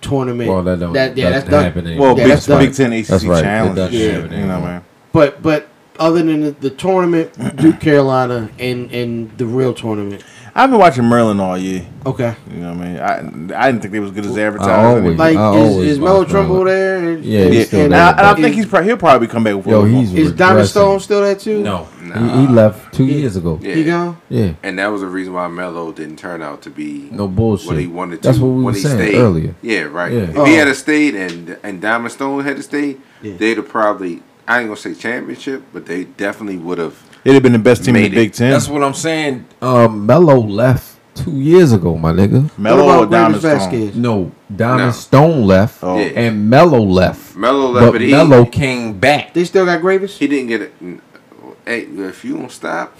tournament. Well, that don't- yeah, that's doesn't done. happen anymore. Well, Yeah, Big, that's done. Big Ten ACC That's right. It challenge. doesn't Yeah, happen you know, anymore. man. But but other than the, the tournament, Duke Carolina and and the real tournament. I've been watching Merlin all year. Okay. You know what I mean? I I didn't think they was good as advertised. always- and Like I is, always is watch Mel Merlin. Trimble there? And- Yeah, he's yeah, still and, there. I, and I is- think he's probably he'll probably come back. with Yo, a- he's Is Diamond regressing. Stone still there too? No. He, he left two years ago. Yeah. He gone? Yeah, And that was the reason why Melo didn't turn out to be no bullshit. what he wanted to. That's what we when were he saying stayed. earlier. Yeah, right. Yeah. If Oh. he had a stayed and and Diamond Stone had a stayed, Yeah. they'd have probably I ain't gonna say championship, but they definitely would have. It'd have been the best team in the Made it. Big Ten. That's what I'm saying. Um, Melo left two years ago, my nigga. Melo or Diamond Graves Stone. No, Diamond No. Stone left, Oh. Yeah. and Mello left. Melo left, But, but, he Mello came back. They still got Gravis? he didn't get it. Hey, if you don't stop,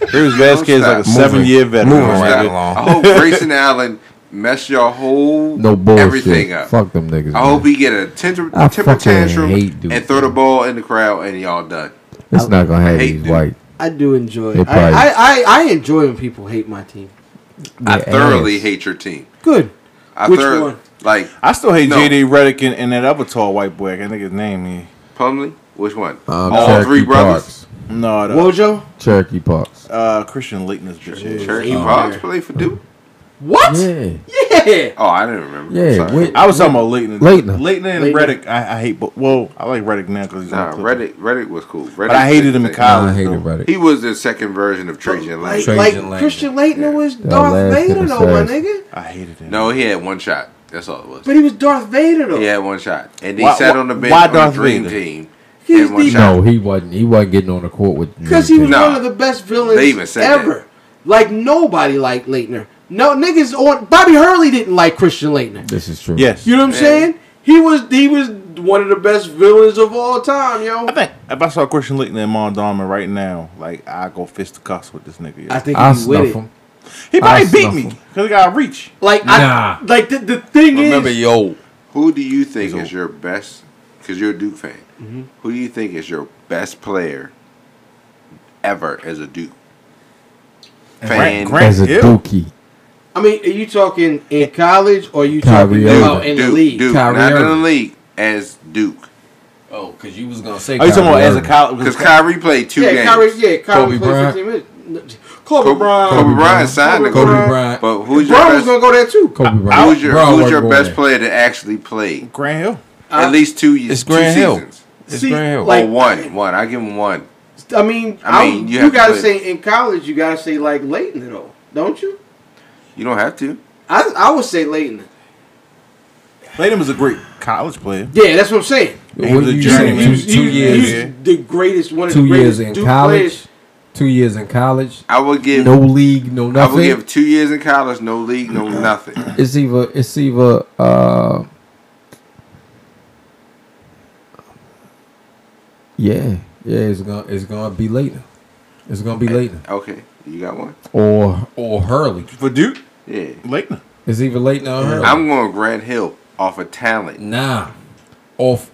Graves Vasquez like a Moving. seven year veteran. Moving my right nigga. along. I hope Grayson Allen mess your whole No bullshit. everything up. Fuck them niggas. I man. hope he get a temper, I temper fucking tantrum hate dudes, and throw the man. ball in the crowd and y'all done. It's not gonna happen. hate He's dude. white. I do enjoy They it. probably- I, I, I, I enjoy when people hate my team. I Their thoroughly ass. hate your team. Good. I Which thoroughly one? like I still hate No. JD Redick and, and that other tall white boy. I can't think his name. He, Plumlee. Which one? Um, All Cherokee three brothers. Parks. no, the, Wojo? Cherokee Parks. uh, Christian Leighton is bitch. ass. Cherokee Oh. Parks played for Duke. What? Yeah, Yeah. Oh, I didn't remember. Yeah, Sorry. wait. I was talking about Leighton. Leighton. Leighton and Leighton. Reddick. I, I hate, but well, I like Reddick now because he's Nah, on the Clippers. Reddit. Reddit was cool. Reddit But I hated him in college. Oh, I hated though. about it. He was the second version of Trajan Like, Lane. Trajan like Langdon. Christian Leighton was last Darth Vader little though, my sass. nigga. I hated him. No, he had one shot. That's all it was. But he was Darth Vader though. He had one shot, and he Why- sat why- on the bench why on the Darth Dream Vader? Team. He's and one the- shot. No, he wasn't. He wasn't getting on the court with. Because he was Nah. one of the best villains They even said ever. that. Like nobody liked Leitner. No niggas on Bobby Hurley didn't like Christian Leitner. This is true. Yes. You know what Man. I'm saying? He was he was one of the best villains of all time, yo. I think if I saw Christian Leighton and Mon Dorman right now, like I go fist to cuffs with this nigga. yo. I think I he's with snuff it. him. he probably I beat snuff me him. because he got reach. Like Nah. I like the, the thing Ah. Remember, is yo, Who do you think is your best? Because you're a Duke fan. Who do you think is your best player ever as a Duke fan? Grant- Grant- As a Hill. dookie. I mean, are you talking in college or are you Kyrie talking Irving. about in Duke, the league? Duke, Kyrie not in the Irving. league as Duke, Oh, because you was gonna say. Are you talking about Kyrie as a Irving. college? because Kyrie played two yeah, games. Kyrie, yeah, Kyrie Kobe played Bryant. 15 minutes. Kobe, Kobe, Bryant. Kobe Bryant signed the Kobe contract. Bryant. But who's your Brown was best? gonna go there too. Kobe Who Bryant. was your, Brown who was wasn't your going best there. player that actually played? Grant Hill. At least two years. It's two Grant Hill. seasons. It's See, Grant Hill. Uh, like- Or one, one. I give him one. I mean, I I mean, you you, have to gotta put- say in college, you gotta say like Leighton though, don't you? You don't have to. I I would say Leighton. Leighton was a great college player. Yeah, that's what I'm saying. He was What a you journeyman. saying? He- Two, two He's- years. Yeah. he's the greatest one. Of Two the years greatest in Duke college. players. Two years in college. I would give. No league, no I would nothing. give two years in college, no league, no nothing. It's either it's either uh Yeah, yeah, it's gonna it's gonna be later. It's gonna be later. Okay, you got one. Or or Hurley. For Duke, Yeah, Leighton. It's either Leighton or Hurley. I'm going Grant Hill off of talent. Nah, off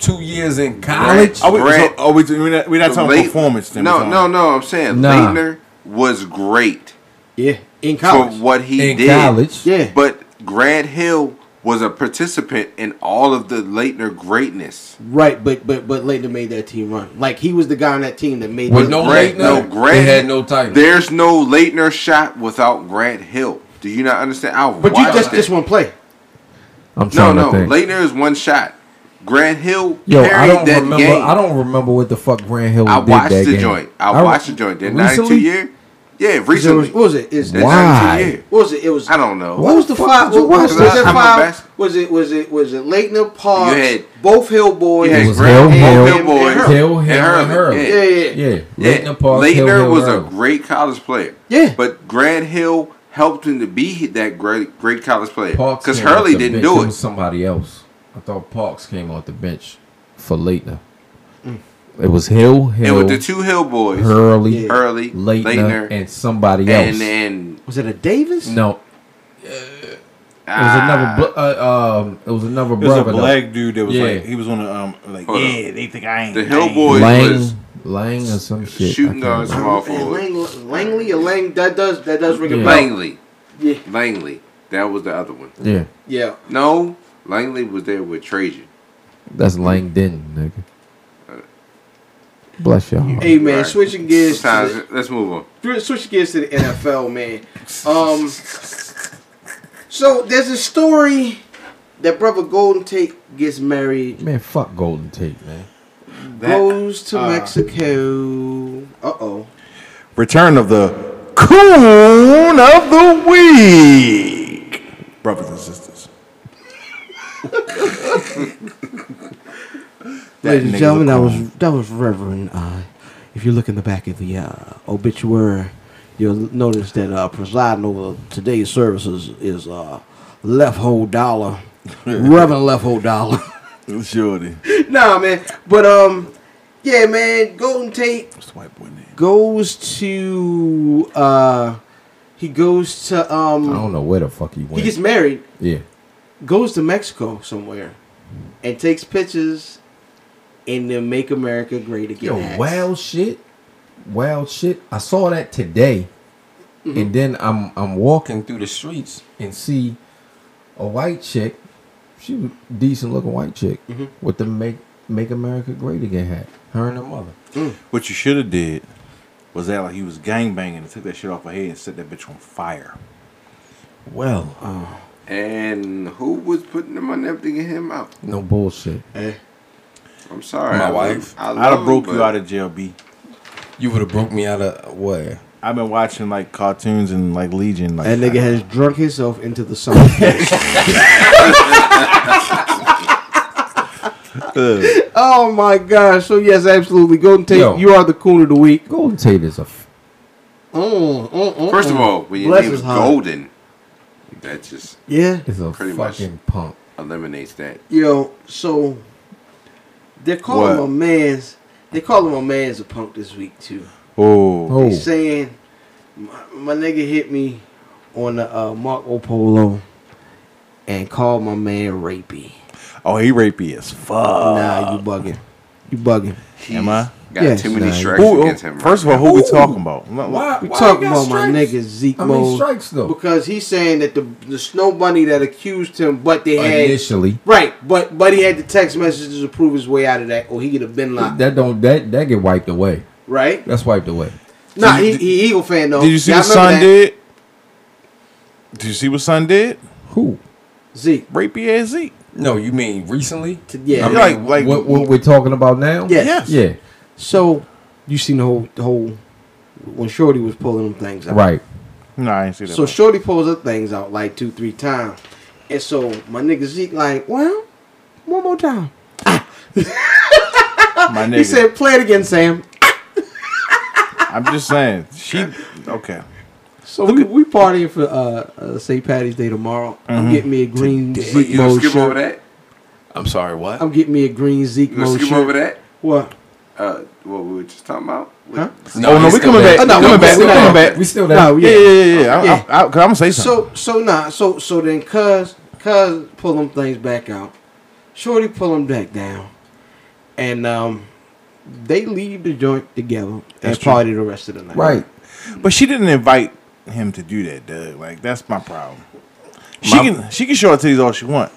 two years in college. Are we, Grant- so, are we, we're not, we're not talking Late- performance. Then No, we're no, talking- no. I'm saying Nah. Leitner was great Yeah, in for college. what he in did. college. Yeah, But Grant Hill was a participant in all of the Leitner greatness. right. But but but Leighton made that team run. Like he was the guy on that team that made. With that- no Grant, Leighton, no they Grant. had no title. There's no Leitner shot without Grant Hill. Do you not understand? I but you just just one play. I'm No, trying to no. think. Leitner is one shot. Grant Hill Yo, carried I don't that remember. game. I don't remember what the fuck Grant Hill I did watched that the game. joint. I, re- watched the joint. That recently? 92 year? Yeah, It was, recently. what was it? Is That Why? 92 year. What was it? It was. I don't know. What was the fuck five? did you What was, watch was that? it I'm a five? best- Was it was it was it Leighton Park? You had- both Hill boys. You had It was Grant Hill, Hill, Hill, Boys, Hill, Hill, and Hill, and Hurley. Hurley. yeah, yeah, yeah. Yeah, Yeah, Leighton Park. Hill, Leitner Hill, was a Hurley. great college player. Yeah. But Grant Hill helped him to be that great great college player. Parks Because came off Hurley the didn't bench. do was it. somebody else. I thought Parks came off the bench for Leitner. It was Hill, Mm. And Hill, with the two Hill boys, Hurley, Yeah. Hurley, Leitner, Leitner, and somebody else. and then Was it a Davis? no, it was Ah. another. Bl- uh, um, it was another It was a brother. though. black dude that was Yeah. like he was on the um like Hold yeah up. they think I ain't The I Hill ain't." Boys. was Lang, Lang or some shit. I shooting can't guards remember. small And forward. Lang, Langley or Lang that does that does ring a Yeah. bell. Langley. Yeah, Langley. That was the other one. Yeah, yeah. No, Langley was there with Trajan. that's Langdon, nigga. Bless your heart. Hey man, Right. switching gears. To the, Sometimes- let's move on. Through- switch gears to the NFL, man. Um, so there's a story that brother Golden Tate gets married, Man, fuck Golden Tate, man. goes to uh, Mexico. Uh oh. Return of the Coon of the Week. Brothers and sisters. That Ladies and nigga's gentlemen, a that coon. was that was Reverend. Uh, if you look in the back of the uh, obituary, you'll notice that uh, presiding over today's services is uh, Left Hole Dollar, Reverend Left Hole Dollar. Shorty. nah, man. But um, yeah, man. Golden Tate What's the white boy name? goes to uh, he goes to I um, Oh, don't know where the fuck he he went. gets married, yeah. goes to Mexico somewhere, and takes pictures in the "Make America Great Again." Yo, hats. wild shit. Wild shit. I saw that today. Mm-hmm. And then I'm I'm walking through the streets and see a white chick. She was a decent looking white chick Mm-hmm. with the make make America great again hat. Her and her mother. What you should have did was that like he was gangbanging and took that shit off her head and set that bitch on fire. Well, uh, And who was putting him on there to get him out? No bullshit. Eh. I'm sorry. My I love- wife. I'd I love have broke him, you but out of jail, B. You would have broke me out of where? I've been watching like cartoons and like Legion. Like That nigga has drunk himself into the sun. Ugh. oh my gosh! So yes, absolutely. Golden Tate, Yo. you are the coon of the week. Golden Tate is a f- Mm, mm, mm, First mm. of all, when your Bless name his is heart. Golden, that just yeah, is a Pretty much. fucking punk. eliminates that. yo. So they're calling What? a man's. They call him a man's a punk this week too. oh, Oh, He's saying, my, my nigga hit me on the uh, Marco Polo and called my man rapey. oh, he rapey as fuck. nah, you bugging. You bugging. He's Am I? Got Yes, too many nah, strikes Who, against him. first of all, who we talking about? Not- We talking about my nigga Zeke How many Mose strikes though? because he's saying that the the snow bunny that accused him, but they had Initially, right, but but he had the text messages to prove his way out of that, or he could have been locked. that don't that that get wiped away. right? That's wiped away. Nah, Did he, you- he Eagle fan though. Did you see Y'all what remember Son that? did? Did you see what Son did? Who? Zeke, Rapey ass Zeke. No, you mean recently? t- yeah. I mean, like, like, what what we're talking about now? Yeah. yes. Yeah. So you seen the whole the whole when Shorty was pulling them things out. Right. No, I ain't see that. So one. Shorty pulls her things out like two, three times. And so my nigga Zeke like, well, one more time. my nigga. He said, play it again, Sam. I'm just saying. She okay. So we, we partying for uh, uh, St. Patty's Day tomorrow. Mm-hmm. I'm getting me a green But Zeke you gonna Mo skip shirt. over that? I'm sorry, what? I'm getting me a green Zeke You gonna Mo skip shirt. over that? What? Uh, what we were just talking about? With- Huh? oh no, he's we still coming there. back. Oh, no, we coming we back. We still coming there. back. We still there. No, Yeah, yeah. yeah, yeah, yeah. I, Yeah. I, I, 'cause I'm gonna say something. So so nah. So so then, cuz cuz pull them things back out. Shorty pull them back down, and um, they leave the joint together and That's true. party the rest of the night. Right. But she didn't invite him to do that, Doug. Like that's my problem. She My- can she can show her titties all she want.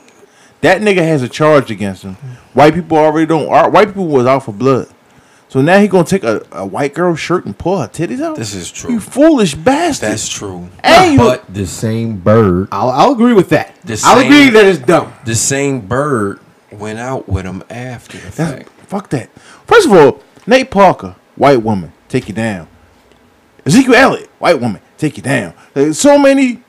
That nigga has a charge against him. White people already don't. are- White people was out for blood. So now he gonna take a, a white girl's shirt and pull her titties out. This is true. You foolish bastard. That's true. Hey, you- but The same bird. I'll, I'll agree with that. The I'll same- agree that it's dumb. the same bird went out with him after the That's, fact. fuck that. First of all, Nate Parker, white woman, take you down. Ezekiel Elliott, white woman, take you down. Like, so many,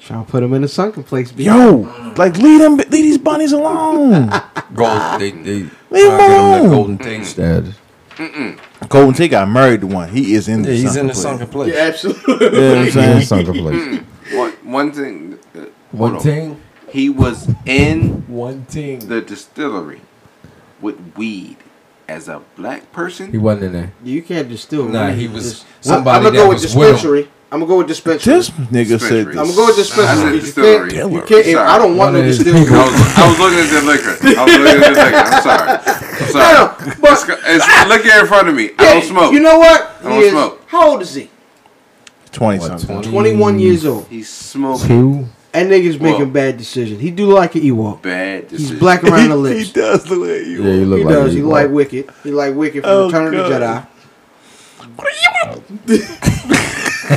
Try to put them in a sunken place. B. yo, like leave them, leave these bunnies alone. Gold, they they Ah. Leave him tried to get him alone. that golden taste. That Golden Tate got married to one. He is in Yeah, the he's sunken in the place. sunken place. Yeah, absolutely. You know what I'm is in saying? Sunken Place. One, one thing. uh, One hold on. thing. He was in One thing. the distillery with weed as a black person. He wasn't in there. You can't distill. Nah, right? he was Just- somebody I'm gonna that go with was with him. dispensary. I'm gonna go with dispensary. This nigga said, Dispensary. I'm gonna go with dispensary. I said because you distillery. can't- You Distillery. can't. if I Sorry. don't want no One is- distillery. I was, I was looking at the liquor. I was looking at the liquor. I'm sorry. I'm sorry. No, no, but- it's, it's look here in front of me. I Yeah, don't smoke. You know what? I don't He is- smoke. How old is he? 20 What, something. 20? 21 years old. he's smoking. Two. That nigga's making Well- bad decisions. He do like an Ewok. Bad He's decision. black around the lips. he does look at you. Yeah, you look He like does. He Ewok. like Wicked. He like Wicked from Oh, Return of the God. Jedi. Yo,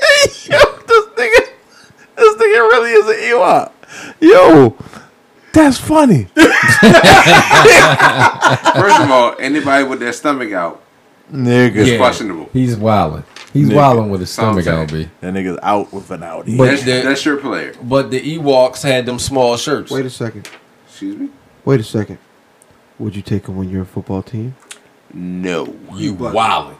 this nigga, this nigga really is an Ewok. Yo, that's funny. First of all, anybody with their stomach out nigga, is Yeah. questionable. He's wilding. He's Nigga, wilding with his stomach out, sounds B. that nigga's out with an outie. But That's, that- that's your player. But the Ewoks had them small shirts. Wait a second. Excuse me. Wait a second. Would you take him when you're a football team? No. you wilding.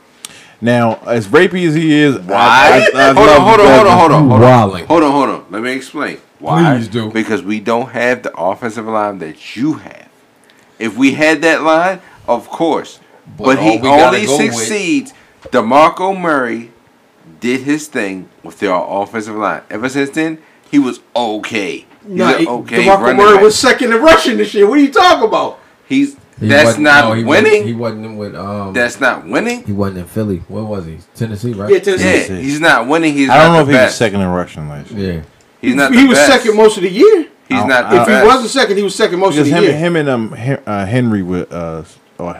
now, as rapey as he is, Why? hold on, hold on, hold on, hold on, hold on. Wilding. Hold on, hold on. Let me explain. Why? Please do. Because we don't have the offensive line that you have. If we had that line, of course. But But, all he we gotta only go with- succeeds. DeMarco Murray did his thing with their offensive line. Ever since then, he was okay. He's No, an he- okay DeMarco running Murray back. was second in rushing this year. What are you talking about? He's He that's wasn't- not no, he wasn't- winning. he wasn't with um. that's not winning. he wasn't in Philly. Where was he? Tennessee, right? Yeah, Tennessee. Yeah, he's not winning. He's I don't not know if the he was best. second in Russian last year. Yeah. He's not. he the was best. second most of the year. He's I- not. I- The If best. he wasn't second, he was second most of Because the him, year. him and um, Hen- uh, Henry with uh, or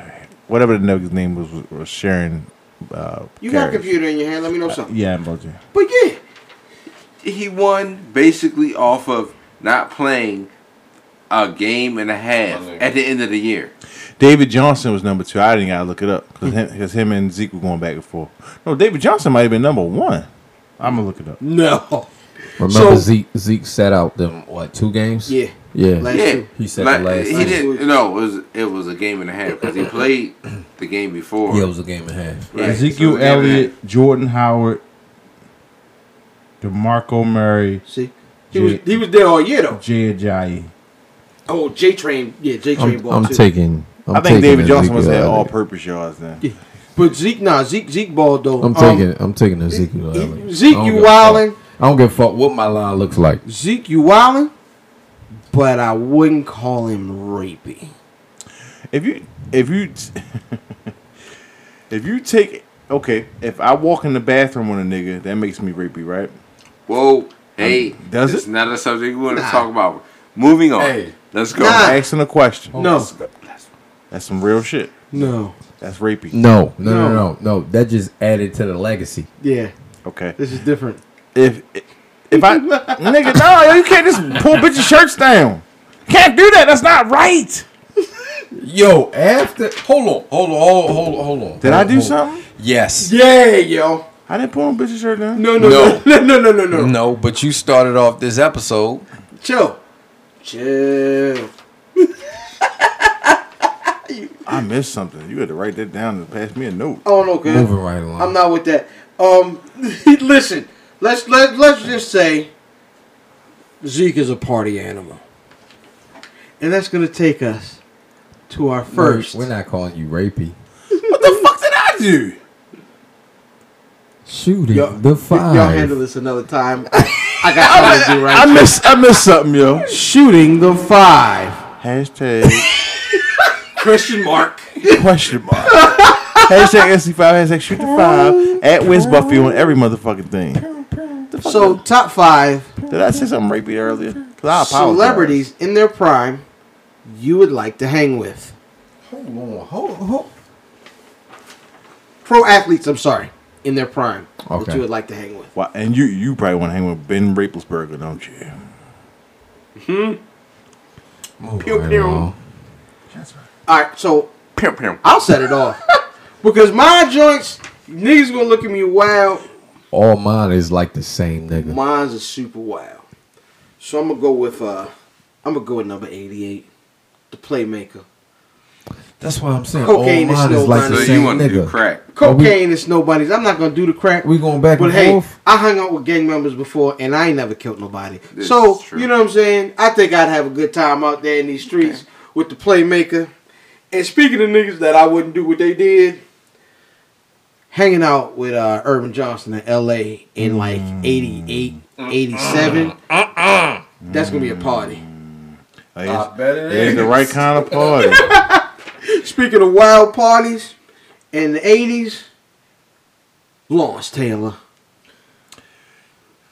whatever the nigga's name was was- was sharing. Uh, you got a carries. computer in your hand. Let me know something. Yeah, I'm about to. But yeah, he won basically off of not playing a game and a half at the end of the year. David Johnson was number two. I didn't gotta look it up because him, 'cause him and Zeke were going back and forth. No, David Johnson might have been number one. I'm gonna look it up. no. Remember So- Zeke? Zeke sat out them what two games? Yeah. Yeah. Last Yeah, year. He said the last he thing. didn't. No, it was it was a game and a half because he played the game before. yeah, it was a game ahead. Right, Ezekiel so it was a game and a half. Elliott, Jordan Howard, Demarco Murray, See, he was he was there all year though. Jay Ajayi. Oh, J Train, yeah, J Train I'm, ball I'm too. taking. I'm I think taking David Johnson was Ezekiel at all Elliott. purpose yards then. Yeah. But Zeke, nah, Zeke, Zeke ball though. I'm Um, taking. I'm taking Ezekiel. Elliott. Zeke, I don't you give a fuck. wildin'? I don't give a fuck what my line looks like. Zeke, you wildin', but I wouldn't call him rapey. If you if you if you take okay, if I walk in the bathroom with a nigga, that makes me rapey, right? Whoa, hey, does it's it? not a subject we want to talk about. Moving on. Hey. Let's go. Nah. Asking a question. No, Oh, That's some real shit. no, That's rapey. No, no, no, no, no. That just added to the legacy. yeah, Okay. this is different. If if I nigga, no, you can't just pull bitches shirts down. Can't do that. That's not right. Yo, after hold on, hold on, hold on, hold on, hold on. Did I do Hold on. something? Yes. Yeah, yo, I didn't pull a bitch's shirt down. no, no, No. no, no, no, no, no, no. No, but you started off this episode. Chill, chill. I missed something. You had to write that down and pass me a note. I don't know, cause Moving right along. I'm not with that. Um, listen, let's let let's just say Zeke is a party animal, and that's gonna take us to our first we're not calling you rapey. What the fuck did I do? Shooting Y'all- the Y- five. Y'all handle this another time. I, I got something to do right. I missed I missed something, yo. Shooting the five. Hashtag Christian Mark. question mark. hashtag SC5, hashtag shoot the five, at Wiz Buffy on every motherfucking thing. So top five Did I say something rapey earlier? 'Cause I apologize. celebrities in their prime you would like to hang with. Hold on, hold, hold. Pro athletes, I'm sorry, in their prime Okay. that you would like to hang with. Why, and you you probably want to hang with Ben Raplesberger, don't you? Moving Pew, right pew. along. All right, so Pimp, pimp. I'll set it off because my joints niggas gonna look at me wild. All mine is like the same nigga. Mine's are super wild. So I'm gonna go with uh, I'm gonna go with number 88, the playmaker. That's why I'm saying Cocaine all is mine no is like runner. the So same you want to do nigga. crack? Cocaine is nobody's. I'm not gonna do the crack. We going back But and hey, forth. I hung out with gang members before, and I ain't never killed nobody. This so is true. you know what I'm saying? I think I'd have a good time out there in these streets with the playmaker. And speaking of niggas that I wouldn't do what they did, hanging out with uh, Urban Johnson in L.A. in like '88, '87, Uh-uh. that's gonna be a party. Like, it's, it's the right kind of party. Speaking of wild parties in the '80s, Lawrence Taylor.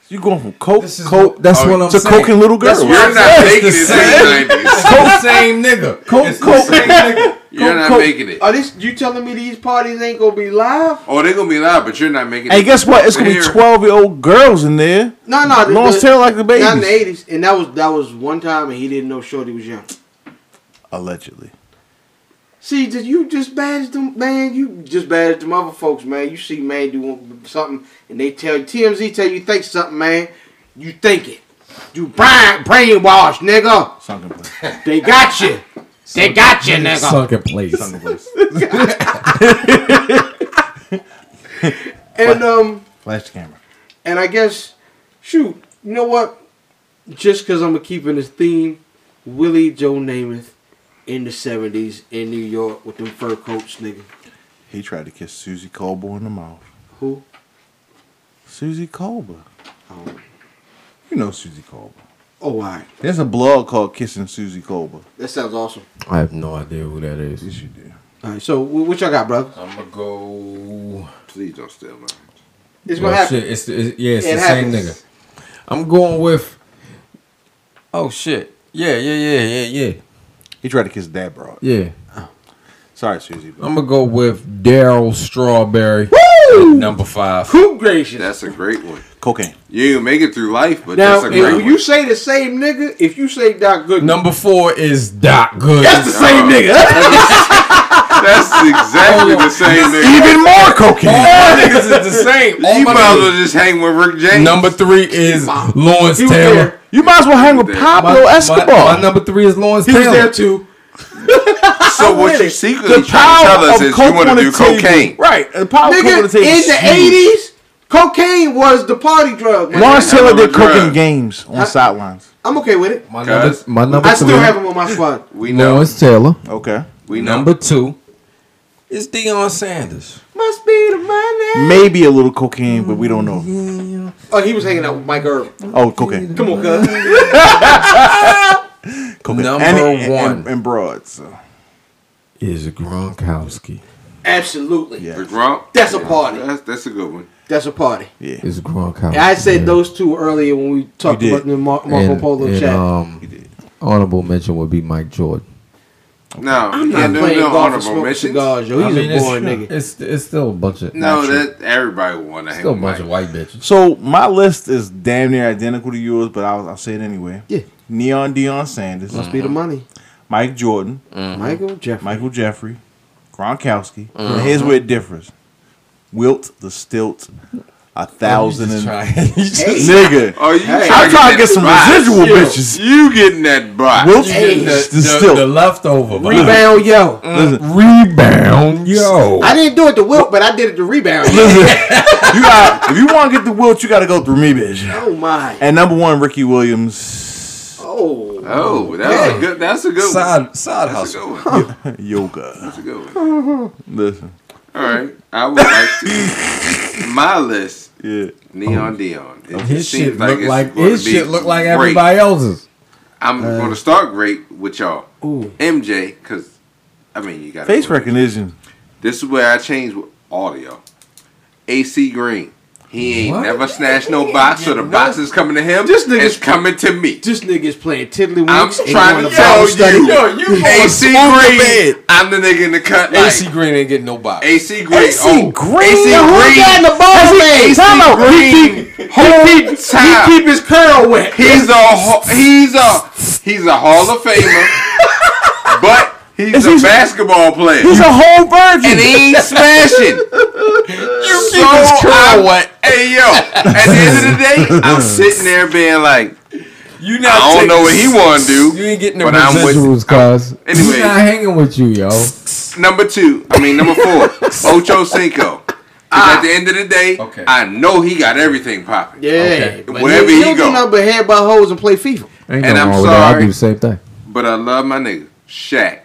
You going from coke, This is coke. what- that's oh, what I'm to saying. coke and little girls. That's You're what I'm not saying. making It's the it in the same- 90s. Coke, same nigga. Coke, It's the coke, same nigga. You're Coke, not Coke. making it. Are this you telling me these parties ain't gonna be live? Oh, they're gonna be loud, but you're not making it. Hey, guess what? It's gonna be Here. twelve year old girls in there. No, no, the- Long the- tail like the Not in the babies. eighties, and that was that was one time, and he didn't know Shorty was young. Allegedly. See, did you just badge them, man? You just badge them other folks, man. You see, man, do something, and they tell you TMZ tell you think something, man. You think it. You brain brainwashed, nigga. Sunken place. They got you. They got you, nigga. Sunken place. Sunken place. And um, Flash the camera. and I guess, shoot, you know what? Just because I'm keeping this theme, Willie Joe Namath in the '70s in New York with them fur coats, nigga. He tried to kiss Susie Colbert in the mouth. Who? Susie Colbert. Oh, You know Susie Colbert. oh, all right. There's a blog called Kissing Susie Colbert. That sounds awesome. I have no idea who that is. Yes, you do. All right, so wh- what y'all got, bro? I'm gonna go. Please don't steal mine. It's Well, gonna happen. shit, it's, the- it's- yeah, it's It the same happens. nigga. I'm going with Oh shit! Yeah, yeah, yeah, yeah, yeah. He tried to kiss that broad. yeah. Sorry, Susie. But I'm gonna go with Daryl Strawberry. Number five. Who gracious? That's a great one. cocaine. You ain't gonna make it through life, but now, that's a if great you one. say the same nigga, if you say Doc Good, Number four is Doc Good. that's the same Oh. nigga. That's exactly the Oh. same thing. Even more All cocaine. my niggas is the same. All You my might as well niggas. just hang with Rick James. Number three is Lawrence He was Taylor. there. You might as well hang with My, Pablo my, Escobar. my number three is Lawrence He was Taylor. there too. so what you the secretly trying to power tell us of is coke you want on to the do table. cocaine. Right. The power of coke Nigga, on the table. in is the huge. eighties, cocaine was the party drug. man. Lawrence Taylor did Number cocaine drug. games on sidelines. I'm okay with it. My number, my number I still three, have him on my squad. We know. Lawrence Taylor. Okay. We know. Number two is Deion Sanders. Must be the money. Maybe a little cocaine, but we don't know. Oh, he was hanging out with Mike Irvin. Oh, cocaine. Come on, cuz. cocaine. Number and, and- one. and, and broad. So. Is Gronkowski. Absolutely. Yeah. The Gronk. That's a party. That's, that's a good one. That's a party. Yeah. Is Gronkowski. And I said Yeah. those two earlier when we talked You did. about the Mar- Marco And- Polo and, chat. um, honorable mention would be Mike Jordan. No, I'm not yeah, no, playing no golf and honorable smoking mentions. cigars, yo. He's a it's, boring nigga. It's it's still a bunch of No, it's that everybody would want to hang still a with bunch Mike. of white bitches. So my list is damn near identical to yours, but I'll, I'll say it anyway. Yeah. Neon Dion Sanders, Mm. Must be the money. Mike Jordan, Michael Jeffrey. Michael Jeffrey, Gronkowski. And here's where it differs: Wilt the Stilt, a thousand and nigga. Oh, you Hey. I'm trying to that get some box. residual Yo. bitches. You getting that box? Wilt Hey. the, the, the, the Stilt. leftover. Rebound, yo. Listen, Rebound, yo. I didn't do it to Wilt, but I did it to rebound. listen. you got if you want to get the Wilt, you got to go through me, bitch. oh my. And number one, Ricky Williams, Oh. Oh, that's a good. That's a good one. Side side That's a hustle. good one. yoga. That's a good one. Listen, All right, I would like to. My list: yeah. Neon Dion. It His seems shit look it's like gonna his be shit look like great. everybody else's. I'm going to start great with y'all. Ooh. MJ, because I mean you got Face recognition. This is where I change with all of y'all. AC Green. He ain't What? never snatched no box, so the box is coming to him. This it's nigga's- coming to me. This nigga's playing tiddlywinks. I'm and trying going to tell you, Bible study. you AC Green. I'm the nigga in the cut. Like, AC AC, Green ain't getting no box. Green. oh, Green. AC Yo, who Green. got in the ball man? Time out. He keep, he keep, He keep his curl wet. He's a ho- he's a he's a Hall of Famer, but he's a basketball player. He's a whole virgin. and he ain't smashing. you so I, what? Hey yo, at the end of the day, I'm sitting there being like, You not? I don't know what he taking- want to You do. ain't getting no But I'm residual. Residuals, cuz. Anyway. He's not hanging with you, yo. Number two, I mean number four, Ocho Cinco. 'Cause at the end of the day, Okay. I know he got everything popping. Yeah. Okay. But Wherever he don't do go. nothing but head by hoes and play FIFA. Ain't And no I'm wrong with that. I sorry. do the same thing. But I love my nigga Shaq,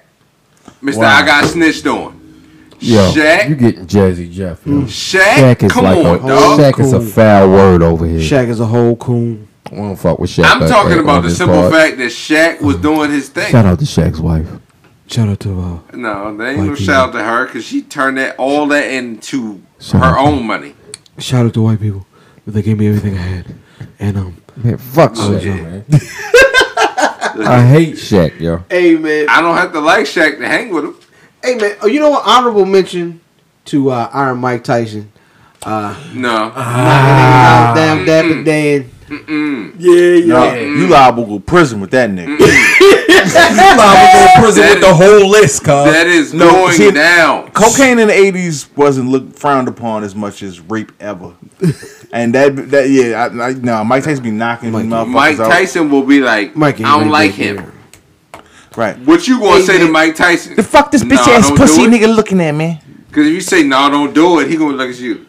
Mister. Wow. I got snitched on. Yo, Shaq, you getting Jazzy Jeff, yo. Shaq, Shaq is come like on, a dog. Shaq is a foul word over here. Shaq is a whole coon. We don't fuck with Shaq. I'm that- talking that- about on the this simple part. fact that Shaq was doing his thing. Shout out to Shaq's wife. Shout out to uh, No, they ain't no Like, shout out to her because she turned that all that into Shout her out to- own money. shout out to white people. They gave me everything I had. And um, Man, fuck Shaq, Oh, yeah. man. I hate Shaq, yo. hey man, I don't have to like Shaq to hang with him. hey man. Oh, you know what? Honorable mention to uh, Iron Mike Tyson. Uh-huh. No. Ah, damn, damn, damn. Yeah, yeah. You liable to go to prison with that nigga. I'm going to prison with the whole list, cuz. That is no, going see- down. Cocaine in the eighties wasn't looked frowned upon as much as rape ever, and that that yeah, I, I, no, Mike Tyson be knocking these motherfuckers Mike out. Tyson will be like, Mike ain't I don't really like him. big here. right? What you gonna Hey, say to man. Mike Tyson? The fuck this Nah, bitch ass don't pussy do it. nigga looking at me? Because if you say no, don't do it, he gonna look at you.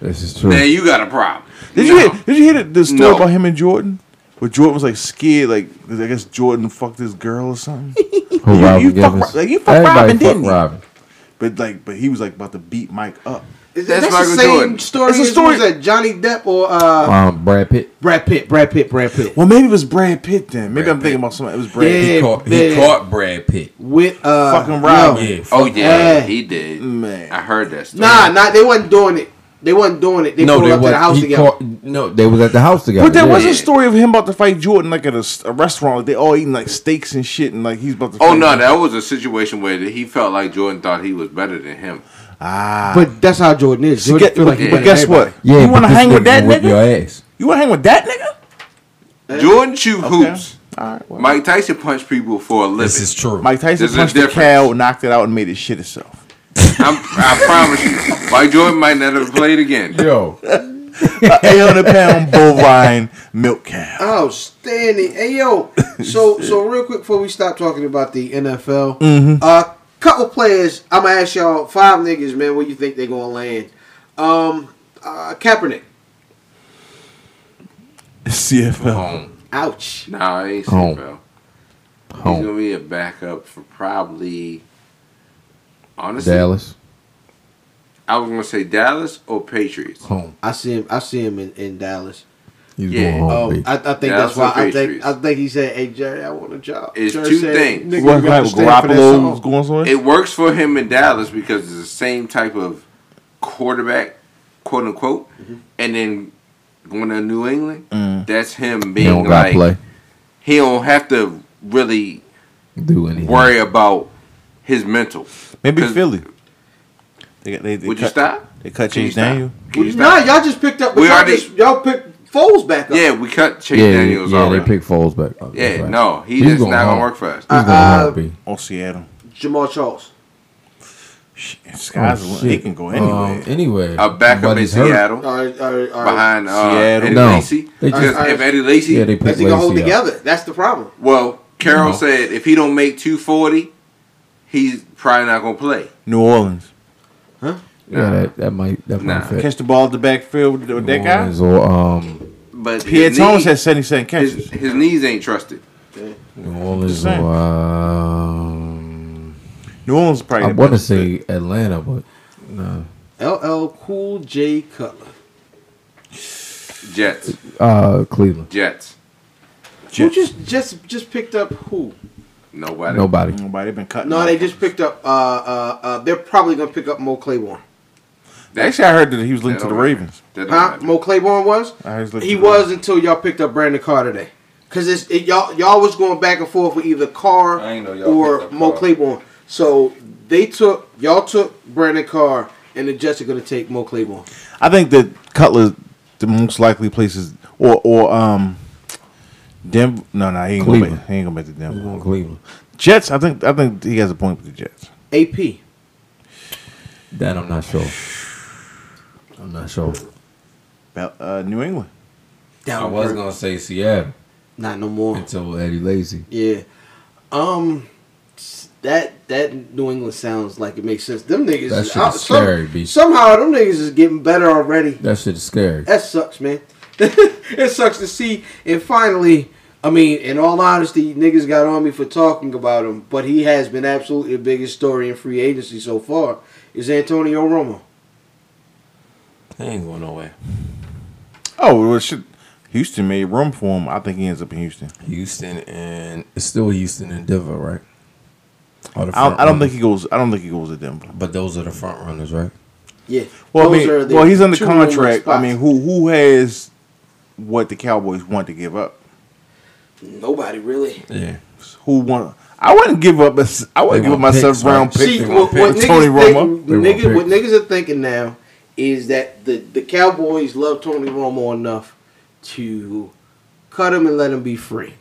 This is true. Then you got a problem. Mm. Did No. you hear? Did you hear the, the story No. about him and Jordan? Where Jordan was like scared, like 'cause I guess Jordan fucked this girl or something. Who you- you Robin fuck Givens? Ro- like, you fuck Everybody Robin, fuck didn't you? Robin. but like, but he was like about to beat Mike up. Is That's that that's Michael the same Jordan. story? It's a as- story- Was that Johnny Depp or uh, Um, Brad Pitt. Brad Pitt? Brad Pitt. Brad Pitt. Well, maybe it was Brad Pitt then. Maybe Brad I'm thinking Pitt. about something. It was Brad. Yeah. He caught, he Man. caught Brad Pitt. With uh, Fucking Rob. yo. Yeah. Oh fuck yeah, Yeah. he did. Man. I heard that story. Nah, nah. They wasn't doing it. They wasn't doing it. They no, pulled they up to the was house he together. caught, No, they was at the house together. But there was yeah. a story of him about to fight Jordan like at a, s- a restaurant. Like, they all eating like steaks and shit, and like he's about to. Oh fight no, him. that was a situation where he felt like Jordan thought he was better than him. But that's how Jordan is. But Jordan get- feel like but he better but guess what? Yeah, you but want to this hang with nigga that whip nigga? Your ass. You want to hang with that nigga? Jordan shoot hoops. All right. Well. Mike Tyson punched people for a living. This is true. Mike Tyson There's a punched the difference. cow, knocked it out, and made it shit itself. I'm, I promise you, Mike Jordan might never played again. Yo, Eight hundred pound bovine milk cow. Outstanding. Hey yo, so so real quick before we stop talking about the NFL, a uh, couple players. I'm gonna ask y'all five niggas, man. Where you think they gonna land? Um, uh, Kaepernick. CFL. Home. Ouch. Nah, I ain't Home. CFL. He's home gonna be a backup for probably. Honestly, Dallas, I was gonna say Dallas or Patriots. home. I see him. I see him in, in Dallas. He's Yeah, going home. Oh, baby. I, I think Dallas that's why. I and think Patriots. I think he said, "Hey Jerry, I want a job." It's Jerry two things. "Nigga, you What got like to stand for that song." Garoppolo was going somewhere? It works for him in Dallas because it's the same type of quarterback, quote unquote, and then going to New England, that's him Mm. he being don't got like to play. he don't have to really Do anything. worry about his mental. Maybe 'Cause- Philly. They, got- they, they Would you cut, stop? They cut Can you Chase stop? Daniel. Can you Nah, stop? y'all just picked up. We y'all, already- just, y'all picked Foles back up. Yeah, we cut Chase yeah, Daniels yeah, they already. pick Foles back. Oh, yeah, that's right. no, he He's just going not home. gonna work for us. He's going Uh, home, B. Or Oh, Seattle. Jamal Charles. Shit, Sky's Oh, a- shit. they can go anywhere. Um, anywhere. A backup in Everybody's hurt. Seattle All right, all right, all right. behind uh, Seattle. Eddie No. Lacy. They Because just- if Eddie Lacy, Yeah, they picked Is he gonna hold Lacey up. together? That's the problem. well, Carroll said if he don't make two forty, he's probably not gonna play. New Orleans. Yeah, that, that might that Nah. might fit. Catch the ball at the backfield with, with that New guy. Orleans Or um, But Pierre his Thomas knee- had 77 catches. his, his knees ain't trusted. New Orleans or saying. um, New Orleans probably. I the want to best say Atlanta, but no. LL Cool J Cutler. Jets, Uh, Cleveland. Jets, Who Jets. just just just picked up who? nobody. Nobody. Nobody been cutting. No, off. they just picked up. Uh, uh, uh, they're probably gonna pick up Mo Claiborne. Actually, I heard that he was That linked to the don't- Ravens. that don't Huh? matter. Mo Claiborne was. I was looking He for was until y'all picked up Brandon Carr today. Cause it's it, y'all y'all was going back and forth with either Carr I ain't know y'all or picked up Mo Carr. Claiborne. So they took y'all took Brandon Carr, and the Jets are gonna take Mo Claiborne. I think that Cutler, the most likely places, or or um, Denver. No, no, he ain't going Cleveland. back. He ain't going back to Denver. I'm going Cleveland. Jets. I think. I think he has a point with the Jets. AP. That I'm not sure. I'm not sure. About, uh, New England. I was going to say Seattle Not no more. until Eddie Lacy. Yeah. Um that that New England sounds like it makes sense. Them niggas That is shit out- is some- scary, B. somehow them niggas is getting better already. That shit is scary. That sucks, man. it sucks to see. And finally, I mean, in all honesty, niggas got on me for talking about him, but he has been absolutely the biggest story in free agency so far. Is Antonio Romo? He ain't going nowhere. Oh well, shit. Houston made room for him. I think he ends up in Houston. Houston and it's still Houston and Denver, right? Are the I don't, front I don't runners. think he goes. I don't think he goes to Denver. But those are the front runners, right? Yeah. Well, Those I are mean, the well, he's under two Romo contract. I spots. mean, who who has what the Cowboys want to give up. Nobody really. Yeah. Who want? I wouldn't give up. A, s- I wouldn't They give up want my picks, seventh round right? pick See, they for want what, what, picks. niggas, Tony Romo. think- They want niggas, what picks. niggas are thinking now is that the, the Cowboys love Tony Romo enough to cut him and let him be free.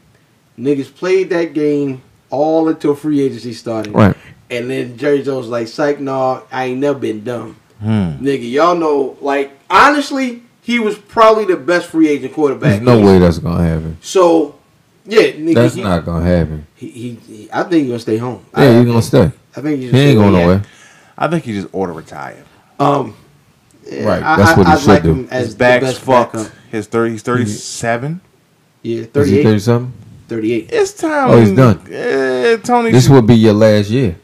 Niggas played that game all until free agency started. Right. And then Jerry Jones was like, psych, nah, I ain't never been dumb. Hmm. Nigga, y'all know, like, honestly, he was probably the best free agent quarterback. There's no way that's gonna happen. So, yeah, nigga, That's he, not gonna happen. he, he, he- I think he's gonna stay home. I, Yeah, you gonna stay. I think he's He ain't going nowhere. I think you just ought to retire. Um, yeah, Right, I- that's I- what he I'd should like do. him as His the back's best fucked. backup. His thirty. He's thirty-seven. Mm-hmm. Yeah, Is he 38, 37? 38. It's time. Oh, he's done. Eh, Tony. This should- would be your last year.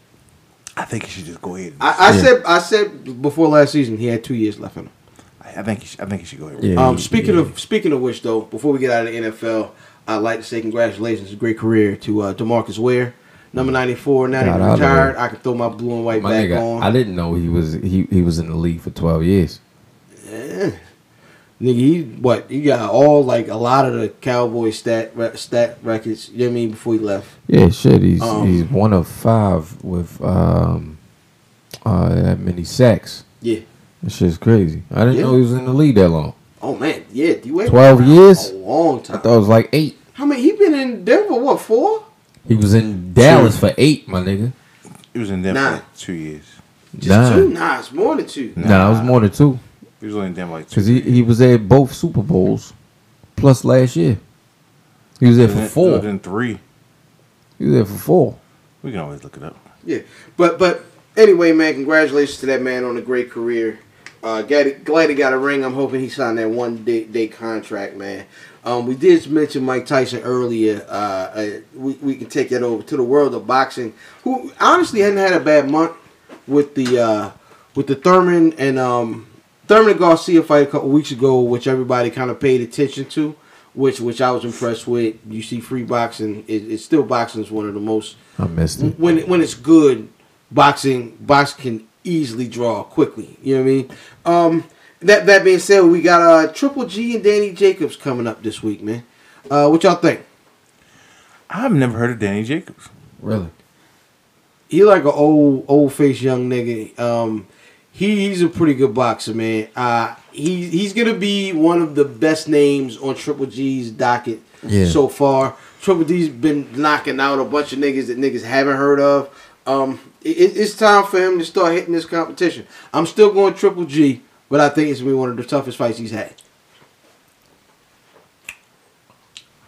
I think he should just go ahead. I, I Yeah. said I said before last season he had two years left in him. I think. He should, I think he should go ahead. Yeah. Um, speaking of speaking of which though, before we get out of the NFL, I'd like to say congratulations, It's a great career to uh, Demarcus Ware, number ninety four. Now Got that out he's of there. retired, I can throw my blue and white My back nigga, on. I didn't know he was he, he was in the league for 12 years. Eh. Nigga, he what? He got all like a lot of the Cowboy stat re- stat records. You know what I mean? Before he left, Yeah, shit. He's Um, he's one of five with um uh that many sacks. yeah. That shit's crazy. I didn't Yeah. know he was in the league that long. Oh man, yeah. You waited 12 around years? a long I time. thought it was like eight. How many? He been in Denver what four? He was in Dallas for eight, my nigga. He was in Denver Nah. for like two years. Just Nine. two? Nah, it's more than two. Nah, it was more than two He was only in Denver like two. because he, he was at both Super Bowls, plus last year. He was there for Then- four. Then three. He was there for four. We can always look it up. Yeah, but but anyway, man, congratulations to that man on a great career. Uh, glad, glad he got a ring. I'm hoping he signed that one day, day contract, man. Um, we did mention Mike Tyson earlier. Uh, uh, we, we can take that over to the world of boxing, who honestly hadn't had a bad month with the uh, with the Thurman and um, Thurman and Garcia fight a couple weeks ago, which everybody kind of paid attention to, which which I was impressed with. You see, free boxing is it's still boxing is one of the most I missed it. when when it's good, boxing boxing can easily draw quickly. You know what I mean? Um, that that being said, we got uh Triple G and Danny Jacobs coming up this week, man. Uh, what y'all think? I've never heard of Danny Jacobs. Really? He like an old old face young nigga. Um, he, he's a pretty good boxer, man. Uh, he he's gonna be one of the best names on Triple G's docket Yeah. so far. Triple D's been knocking out a bunch of niggas that niggas haven't heard of. Um, it, it- it's time for him to start hitting this competition. I'm still going Triple G, but I think it's gonna be one of the toughest fights he's had.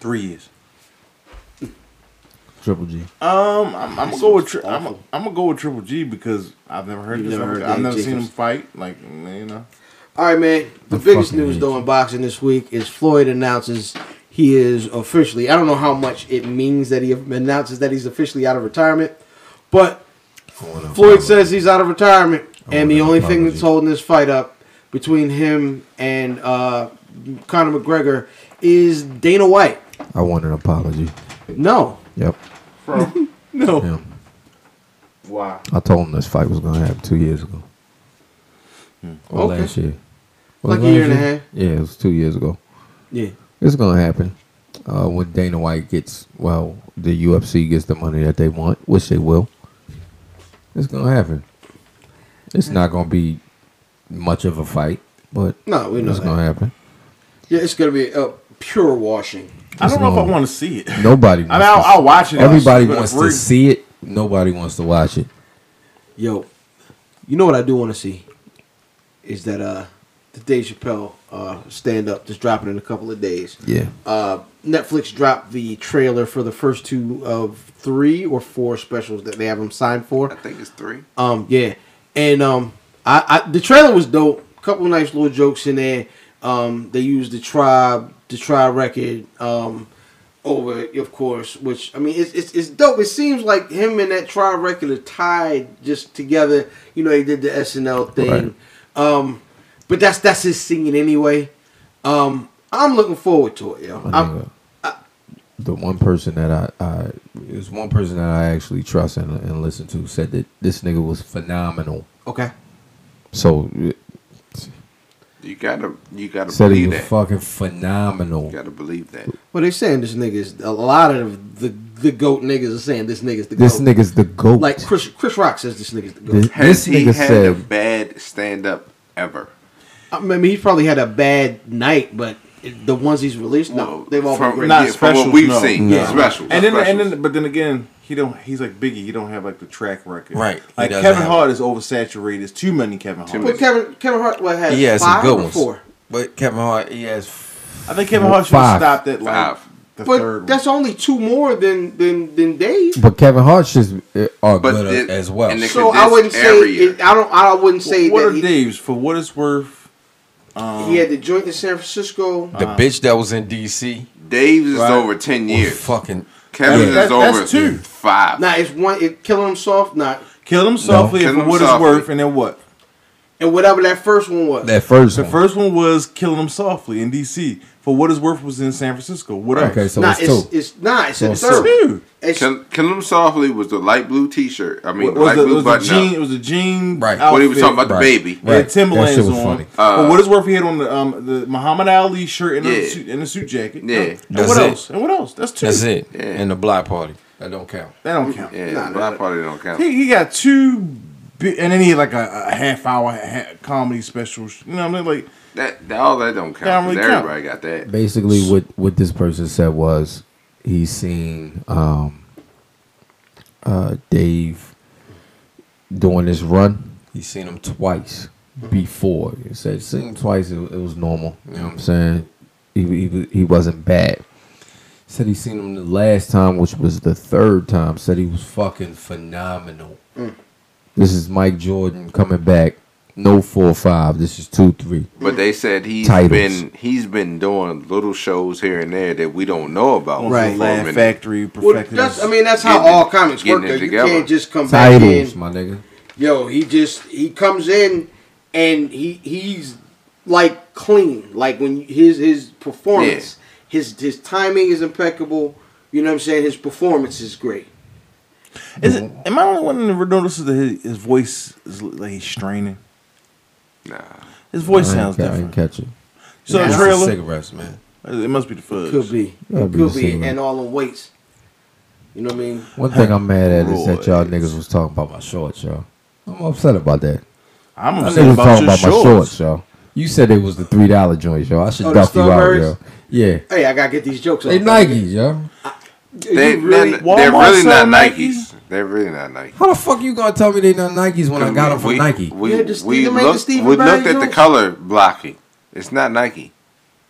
Three years. Triple G. Um, I'm, I'm gonna go with tri- I'm, Awful. I'm gonna go with Triple G because I've never heard You've this. never one. heard I've Danny never seen him Jacobs. fight. Like you know, All right, man. The I biggest fucking news hate though in boxing this week is Floyd announces he is officially. I don't know how much it means that he announces that he's officially out of retirement, but Floyd says he's out of retirement, and the an only thing apology. that's holding this fight up between him and uh, Conor McGregor is Dana White. I want an apology. No, Yep. no. Yeah. why? I told him this fight was gonna happen two years ago. Or Hmm. Okay. last year. Like it a last year and a half? Yeah, it was two years ago. Yeah, It's gonna happen. Uh, when Dana White gets well, the UFC gets the money that they want, which they will. It's gonna happen. It's not gonna be much of a fight, but no, we know it's that. gonna happen. Yeah, it's gonna be a pure washing. I don't know if I long. want to see it. I mean, Nobody. Wants I'll, to, I'll watch it. everybody But wants to free- see it. Nobody wants to watch it. Yo, you know what I do want to see is that uh the Dave Chappelle uh stand up just dropping in a couple of days. Yeah. Uh Netflix dropped the trailer for the first two of three or four specials that they have him signed I for. think it's three. Um yeah. And um I, I the trailer was dope. Couple nice little jokes in there. Um they used the tribe the tribe record um over of course, which I mean it's it's, it's dope. It seems like him and that tribe record are tied just together. You know, they did the SNL thing. Right. Um but that's that's his singing anyway. Um I'm looking forward to it, yo. My I'm- nigga, the one person that I, I it was one person that I actually trust and, and listen to said that this nigga was phenomenal. okay. So it- You gotta, you gotta Said he believe was that. fucking You phenomenal. gotta believe that. Well, they saying this nigga is a lot of the the goat niggas are saying this nigga's the This goat. nigga's the goat. like Chris Chris Rock says this nigga's the goat. this, this Has he nigga had the said bad stand up ever? I mean, he probably had a bad night, but it- the ones he's released, no, they've all been from, great. yeah, Not from what specials, we've no. seen. No. Specials. And then, and specials. then, but then again, he don't. He's like Biggie. He don't have like the track record. Right. He Like doesn't Kevin have- Hart is oversaturated. It's too many Kevin Too Hart. Well, Kevin Kevin Hart well, had He has some five good or ones. four. But Kevin Hart, he has. I think Kevin Hart should have Five. stopped at like Five. the But third. that's only two more than than than Dave. but Kevin Hart's just uh, are But good it- as well. and they- So this I wouldn't say area. it, I don't. I wouldn't say what that are he, Dave's for what it's worth? Um, he had the joint in San Francisco. the bitch that was in DC Dave's is Right. over ten was years. fucking. Kevin's That- is that- over that's two. five. Nah, it's one. It killing him soft. Nah, Kill him softly Kill and for Him what it's Softly. worth, and then what? and whatever that first one was. that first The one. first one was killing him softly in D.C. For what it's worth was in San Francisco. What else? okay, so nah, it's, it's, two. it's nah, it's So the it's two. third. Dude, It's, Kill, Kill 'Em Softly was the light blue T-shirt. I mean, what the was light the, it blue was the button jean? It up. was a jean. Right. What he was outfit. talking about, the Right. baby. They Right. had Timberlands That shit was on. funny. Uh, but what is worth he had on the um the Muhammad Ali shirt and Yeah. the suit and the suit jacket. Yeah. And That's what it. else? And what else? That's two. That's it. Yeah. And the block party. That don't count. That don't count. Yeah, Nah, but nah. I probably don't count. He, he got two, bi- and then he had like a, a half hour ha- comedy special. sh- You know what I mean? Like That, that all that don't count. That don't 'cause really count. everybody got that. Basically, what what this person said was he's seen um, uh, Dave doing this run He's seen him twice. twice before. He said seeing him twice, it, it was normal. You know what I'm saying? He, he he wasn't bad. Said he seen him the last time, which was the third time. Said he was fucking phenomenal. This is Mike Jordan coming back. No four five. This is two three. But they said he's Titles. been he's been doing little shows here and there that we don't know about. right. Laugh performing. Factory well, perfected. that's, his- I mean, that's how Getting it- all comics getting it work. Though. You together. can't just come back in. Titles, my nigga. Yo, he just he comes in and he he's like clean. Like when his his performance, his his timing is impeccable. You know what I'm saying? His performance is great. is it? Am I the only one that ever notices that his, his voice is l- like he's straining? Nah. His voice I sounds ain't ca- I ain't different. catch it. So Yeah. the It's the trailer. cigarettes, man. It must be the fudge. Could be, That'd be could the be, same, and man. all the weights. You know what I mean? One thing I'm mad at is that y'all Royals. niggas was talking about my shorts, y'all. I'm upset about that. I'm I upset niggas was about your talking about shorts. my shorts, y'all. You said it was the three dollar joint, y'all. I should Oh, the duck you out, Strawberries? yo. Yeah, Hey, I gotta get these jokes. they off. Nikes, yo. You They, really- they're, they're Walmart really not sell Nikes. Nikes? They're really not Nikes. How the fuck you gonna tell me they not Nikes when I got them from we, Nike? We, You we, had to steal them, ain't looked, the Steve we Barry looked at the Jones? color blocking. It's not Nike.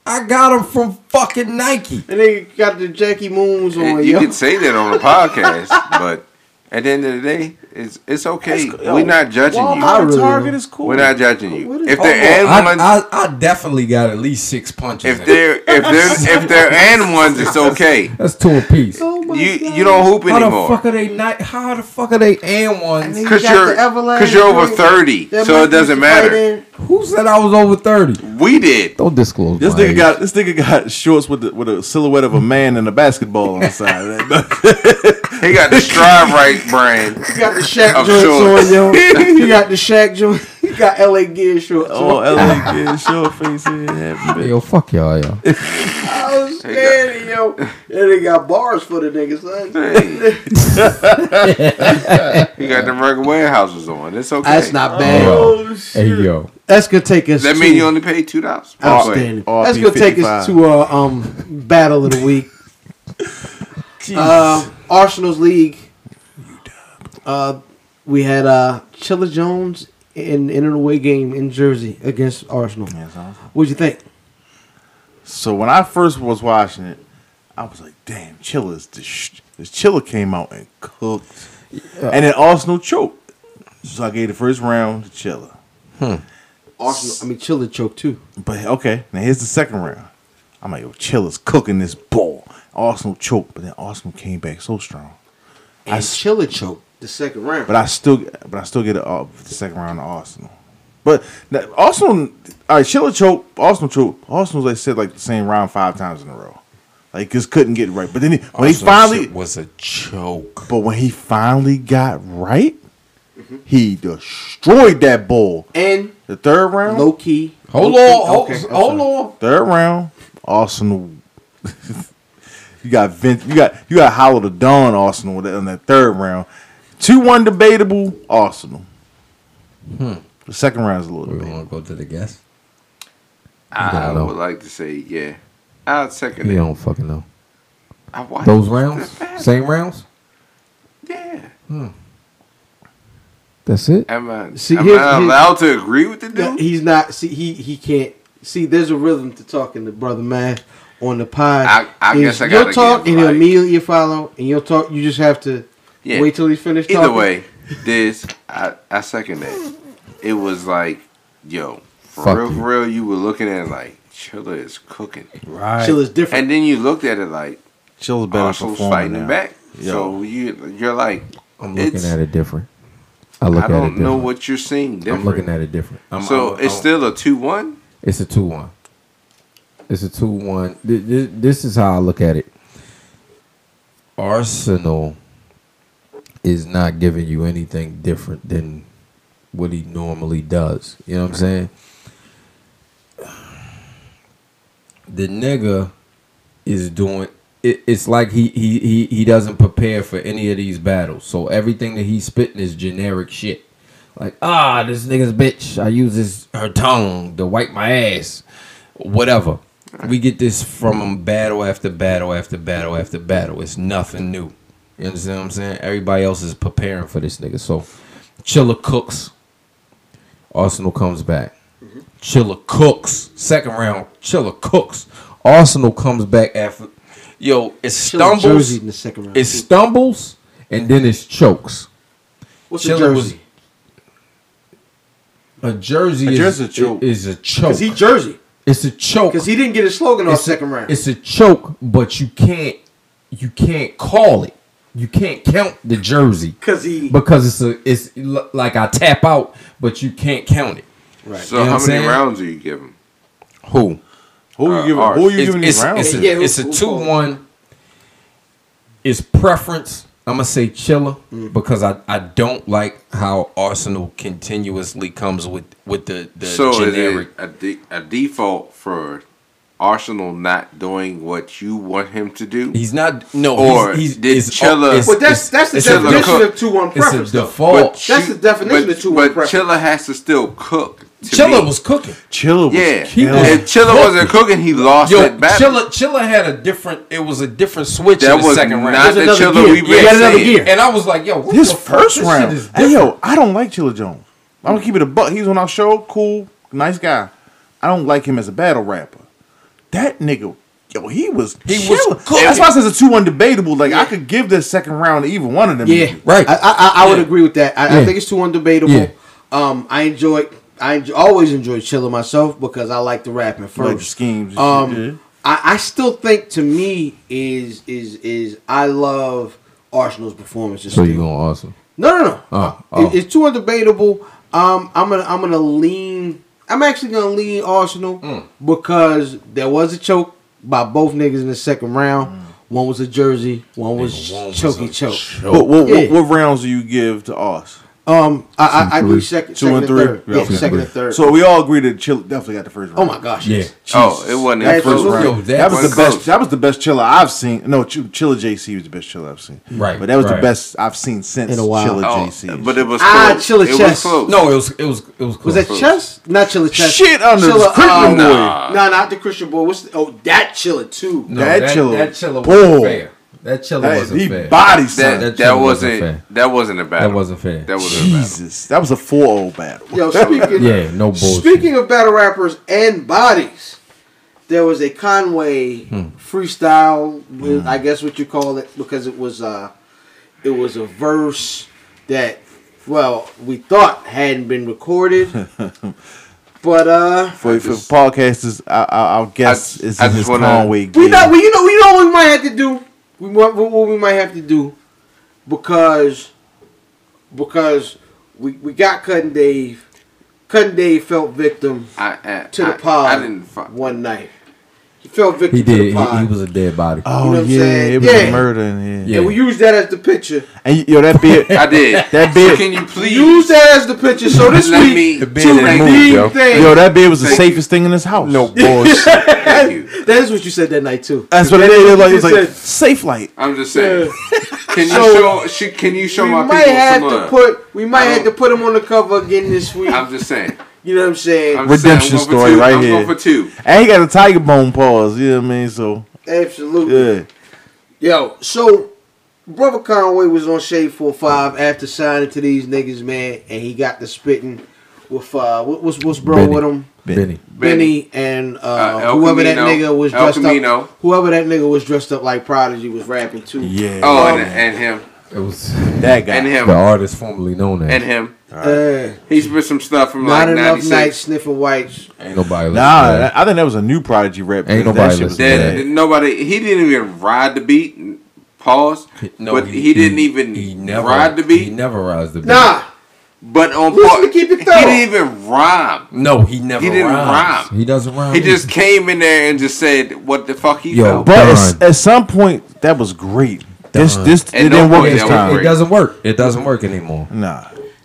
I got them from fucking Nike. And they got the Jackie Moons on. And yo. you can say that on the podcast, but at the end of the day, it's it's okay. That's- yo, We're not judging you. Walmart really Target is cool. We're not judging What you. is- If Oh, they're Oh, and ones, I, I, I definitely got at least six punches. if in it. they're if they're if they're and ones, it's okay. That's two apiece. How oh my You God. you don't hoop the anymore fuck are they not? How the fuck are they and ones? And they- because You got you're the Everlane because you're over drink. thirty, That so Mike it doesn't used to fight matter. in. Who said I was over thirty? We did. Don't disclose. This my nigga age. got this nigga got shorts with the, with a silhouette of a man and a basketball on the side. He got the Strive Right brand You got the Shaq of joint. shorts. You got the Shaq joint. You got LA Gear shorts. oh, on. LA kid, short face. Yeah, happy bitch. Yo, fuck y'all, yo. I was scared, yo. And they got bars for the niggas, son. Hey. he got the regular warehouses on. It's okay. That's not bad. Yo. Hey, yo. That's gonna take us. That to mean you only paid two dollars. outstanding. R- That's RP gonna take 55. us to uh, um battle of the week. uh, Arsenal's league. Uh, we had uh Chilla Jones in in an away game in Jersey against Arsenal. What'd you think? So when I first was watching it, I was like, "Damn, Chilla's this, this Chilla came out and cooked, and then Arsenal choked." So I gave the first round to Chilla, Arsenal. I mean, Chilla choked too. but okay, now here's the second round. I'm like, "Yo, Chilla's cooking this ball." Arsenal choked, but then Arsenal came back so strong. And I s- Chilla choked the second round. But I still, but I still get it off the second round to Arsenal. But now, Arsenal, all right, Schiller choke, Arsenal choke. Arsenal's like said like the same round five times in a row. Like just couldn't get it right. But then he, when Arsenal he shit finally, was a joke. but when he Mm-hmm. finally got right, he destroyed that ball. and The third round, Low key. Hold Low key. on, hold, Okay, I'm hold sorry. on. third round, Arsenal. you got Vince, you got you got Hollow the Dawn Arsenal with- in that third round. Two one debatable Arsenal. The second round is a little We debatable. want to go to the guest. I don't know. would like to say, yeah. I'd second You it. don't fucking know. I watched Those it. rounds, same rounds. Yeah. That's it. Am I, See, am here's- I here's- allowed to agree with the No, dude? he's not. See, he he can't. See, there's a rhythm to talking to brother man on the pod. I- I There's guess I your gotta talk, give, and he'll like- immediately follow, and you'll talk. You just have to Yeah. wait till he's finished. Either talking. way, this I, I second that. It was like, yo, for Fuck real, you. for real, you were looking at it like Chiller is cooking, Right. chill is different. and then you looked at it like Chill's better Arsenal's performing fighting now. back. Yo. So you you're like, I'm looking it's- at it different. I look I at it don't different. know what you're seeing. Different. I'm looking at it different. I'm, so I'm- it's I'm- still a two one. It's a two one. It's a two one. This is how I look at it. Arsenal is not giving you anything different than what he normally does. You know what I'm saying? The nigga is doing. It, it's like he, he he he doesn't prepare for any of these battles. So everything that he's spitting is generic shit. Like ah, this nigga's bitch. I use his her tongue to wipe my ass. Whatever. We get this from him battle after battle after battle after battle. It's nothing new. You understand what I'm saying? Everybody else is preparing for this nigga. So Chilla cooks. Arsenal comes back. Chilla cooks. Second round, Chilla cooks. Arsenal comes back after. Yo, it Chill is stumbles. Jersey in the second round. It stumbles and then it chokes. What's Chilla a jersey? A jersey, A is, jersey choke. is a choke. Because he Jersey. it's a choke. Because he didn't get his slogan off it's second round. It's a choke, but you can't you can't call it. You can't count the jersey Because he. because it's a it's l- like I tap out, but you can't count it. right. So You know how what I'm many saying? rounds are you giving? Who? Who you Uh, giving? Ars- Who you It's, giving these it's- rounds? it's to? a, Yeah, who- it's a who two called? one. It's preference. I'm gonna say chiller Mm. because I, I don't like how Arsenal continuously comes with with the, the so generic. is it a, de- a default for Arsenal not doing what you want him to do? He's not no. Or he's, oh, he's, did it's- Chilla- it's- But that's it's- that's the it's a- definition look- of two one It's a preference. though. default. That's the definition but, of two But one preference. Chilla has to still cook. to Chilla me. was cooking. Chilla was yeah. he killing. was- if Chilla wasn't cooking, he lost Yo, that battle. Chilla, Chilla had a different. It was a different switch that in the was second not round. the another Chilla gear. we've He been had another saying. gear. And I was like, yo, what His the fuck? first This round. shit is Hey, different. yo, I don't like Chilla Jones. I'm gonna keep it a buck. He's on our show. Cool, nice guy. I don't like him as a battle rapper. That nigga, yo, he was He he was cooking. That's why I said it's a two one debatable. Like I could give this second round to either one of them. Yeah, Right. I I, I would Yeah. agree with that. I, I Yeah. think it's too undebatable. Yeah. Um, I enjoy. I enjoy, always enjoy chilling myself because I like the rapping You first. like your schemes. and Um, shit, I, I still think to me is is is I love Arsenal's performances. So you still. going awesome? No, no, no. Oh, It- oh. it's too undebatable. Um, I'm gonna, I'm gonna lean. I'm actually gonna lean Arsenal Mm. because there was a choke by both niggas in the second round. Mm. One was a jersey. One was choky choke. yeah. What, what, Yeah. what, what rounds do you give to us? Um, I, I, I agree second, Two second and and three? third. Yeah, Yeah, okay. second and third. So we all agree that Chilla definitely got the first round. oh my gosh, Yeah. yes. Oh, it wasn't That that first is- round. Yo, That that was Wasn't the best. close. That was the best chiller I've seen. No, Ch- Chilla JC was the best chiller I've seen. Right, but that was the right. best I've seen since In a while. Chilla Oh, JC. but it was Ah, close. Chilla it was Chess. close. No, it was it was it was. Close. Was that chess? Not chiller chess. Shit under the Chilla, Christian um, boy. Nah, nah, not the Christian boy. What's the, oh that chiller too? that No, that, that Chilla- chiller? That chiller Boy. wasn't fair. That chiller that, wasn't he fair. body that slammed. That that, chiller wasn't wasn't fair. that wasn't a battle. That wasn't fair. That wasn't a battle. Jesus, that was a four-zero battle. Yo, speaking, Yeah, no bullshit. Speaking of battle rappers and bodies, there was a Conway Hmm. freestyle, with, I guess what you call it, because it was uh it was a verse that well we thought hadn't been recorded, but uh For, for podcasters, I, I, I guess I- it's I in just his wanna- Conway. we gig. know we you know we know what we might have to do. We want what what we might have to do because because we we got Cutting Dave. Cutting Dave felt victim I, I, to the I, pod I didn't. Fuck. one night. He fell victim He to did. the pod. He, he was a dead body. Oh know what I'm yeah, saying? it was Yeah. a murder in here. Yeah. And we used that as the picture. And yo, that beard, I did. That So beard- can you please? Use that as the picture. So this Let week, me- two The beard didn't move, redeem yo. things. yo, that beard was the Thank safest thing in this house. No bullshit. Thank you. that is what you said that night too. that's what it is. It was like, it was You like said- safe light. I'm just saying. Can you So, show? Sh- can you show we my might people have some to love? put we might I have to don't- put him on the cover again this week. I'm just saying. you know what I'm saying? I'm just saying, Redemption I'm going for story two. right I'm here. Going for two. And he got a tiger bone paws. You know what I mean? So Absolutely. yeah, Yo, so brother Conway was on Shade Four Five after signing to these niggas, man, and he got the spitting with uh, what, what's what's bro Benny. with him? Benny. Benny and uh, Uh, El whoever that Camino. nigga was El dressed Camino. up. Whoever that nigga was dressed up like Prodigy was rapping too. yeah. Oh, and, and him, It was that guy. and the him, artist formerly known and as. him. Uh, He's been some stuff from not like enough 96. nights sniffing whites. Ain't nobody. Nah, listening to that- I think that was a new Prodigy rap. because Ain't nobody that shit was listening to Then Yeah. bad. that. nobody. He didn't even ride the beat. Pause. but he, didn't even ride the He beat. never rides the beat. Nah, but on Listen par- to keep it he thorough. didn't even rhyme. No, he never. He didn't rhymes. rhyme. He doesn't rhyme. He just came in there and just said what the fuck he Oh. Yo, felt. But Done. at, at some point, that was great. This Done. this At it no didn't work point this that was time. It doesn't work. It doesn't work anymore. Nah,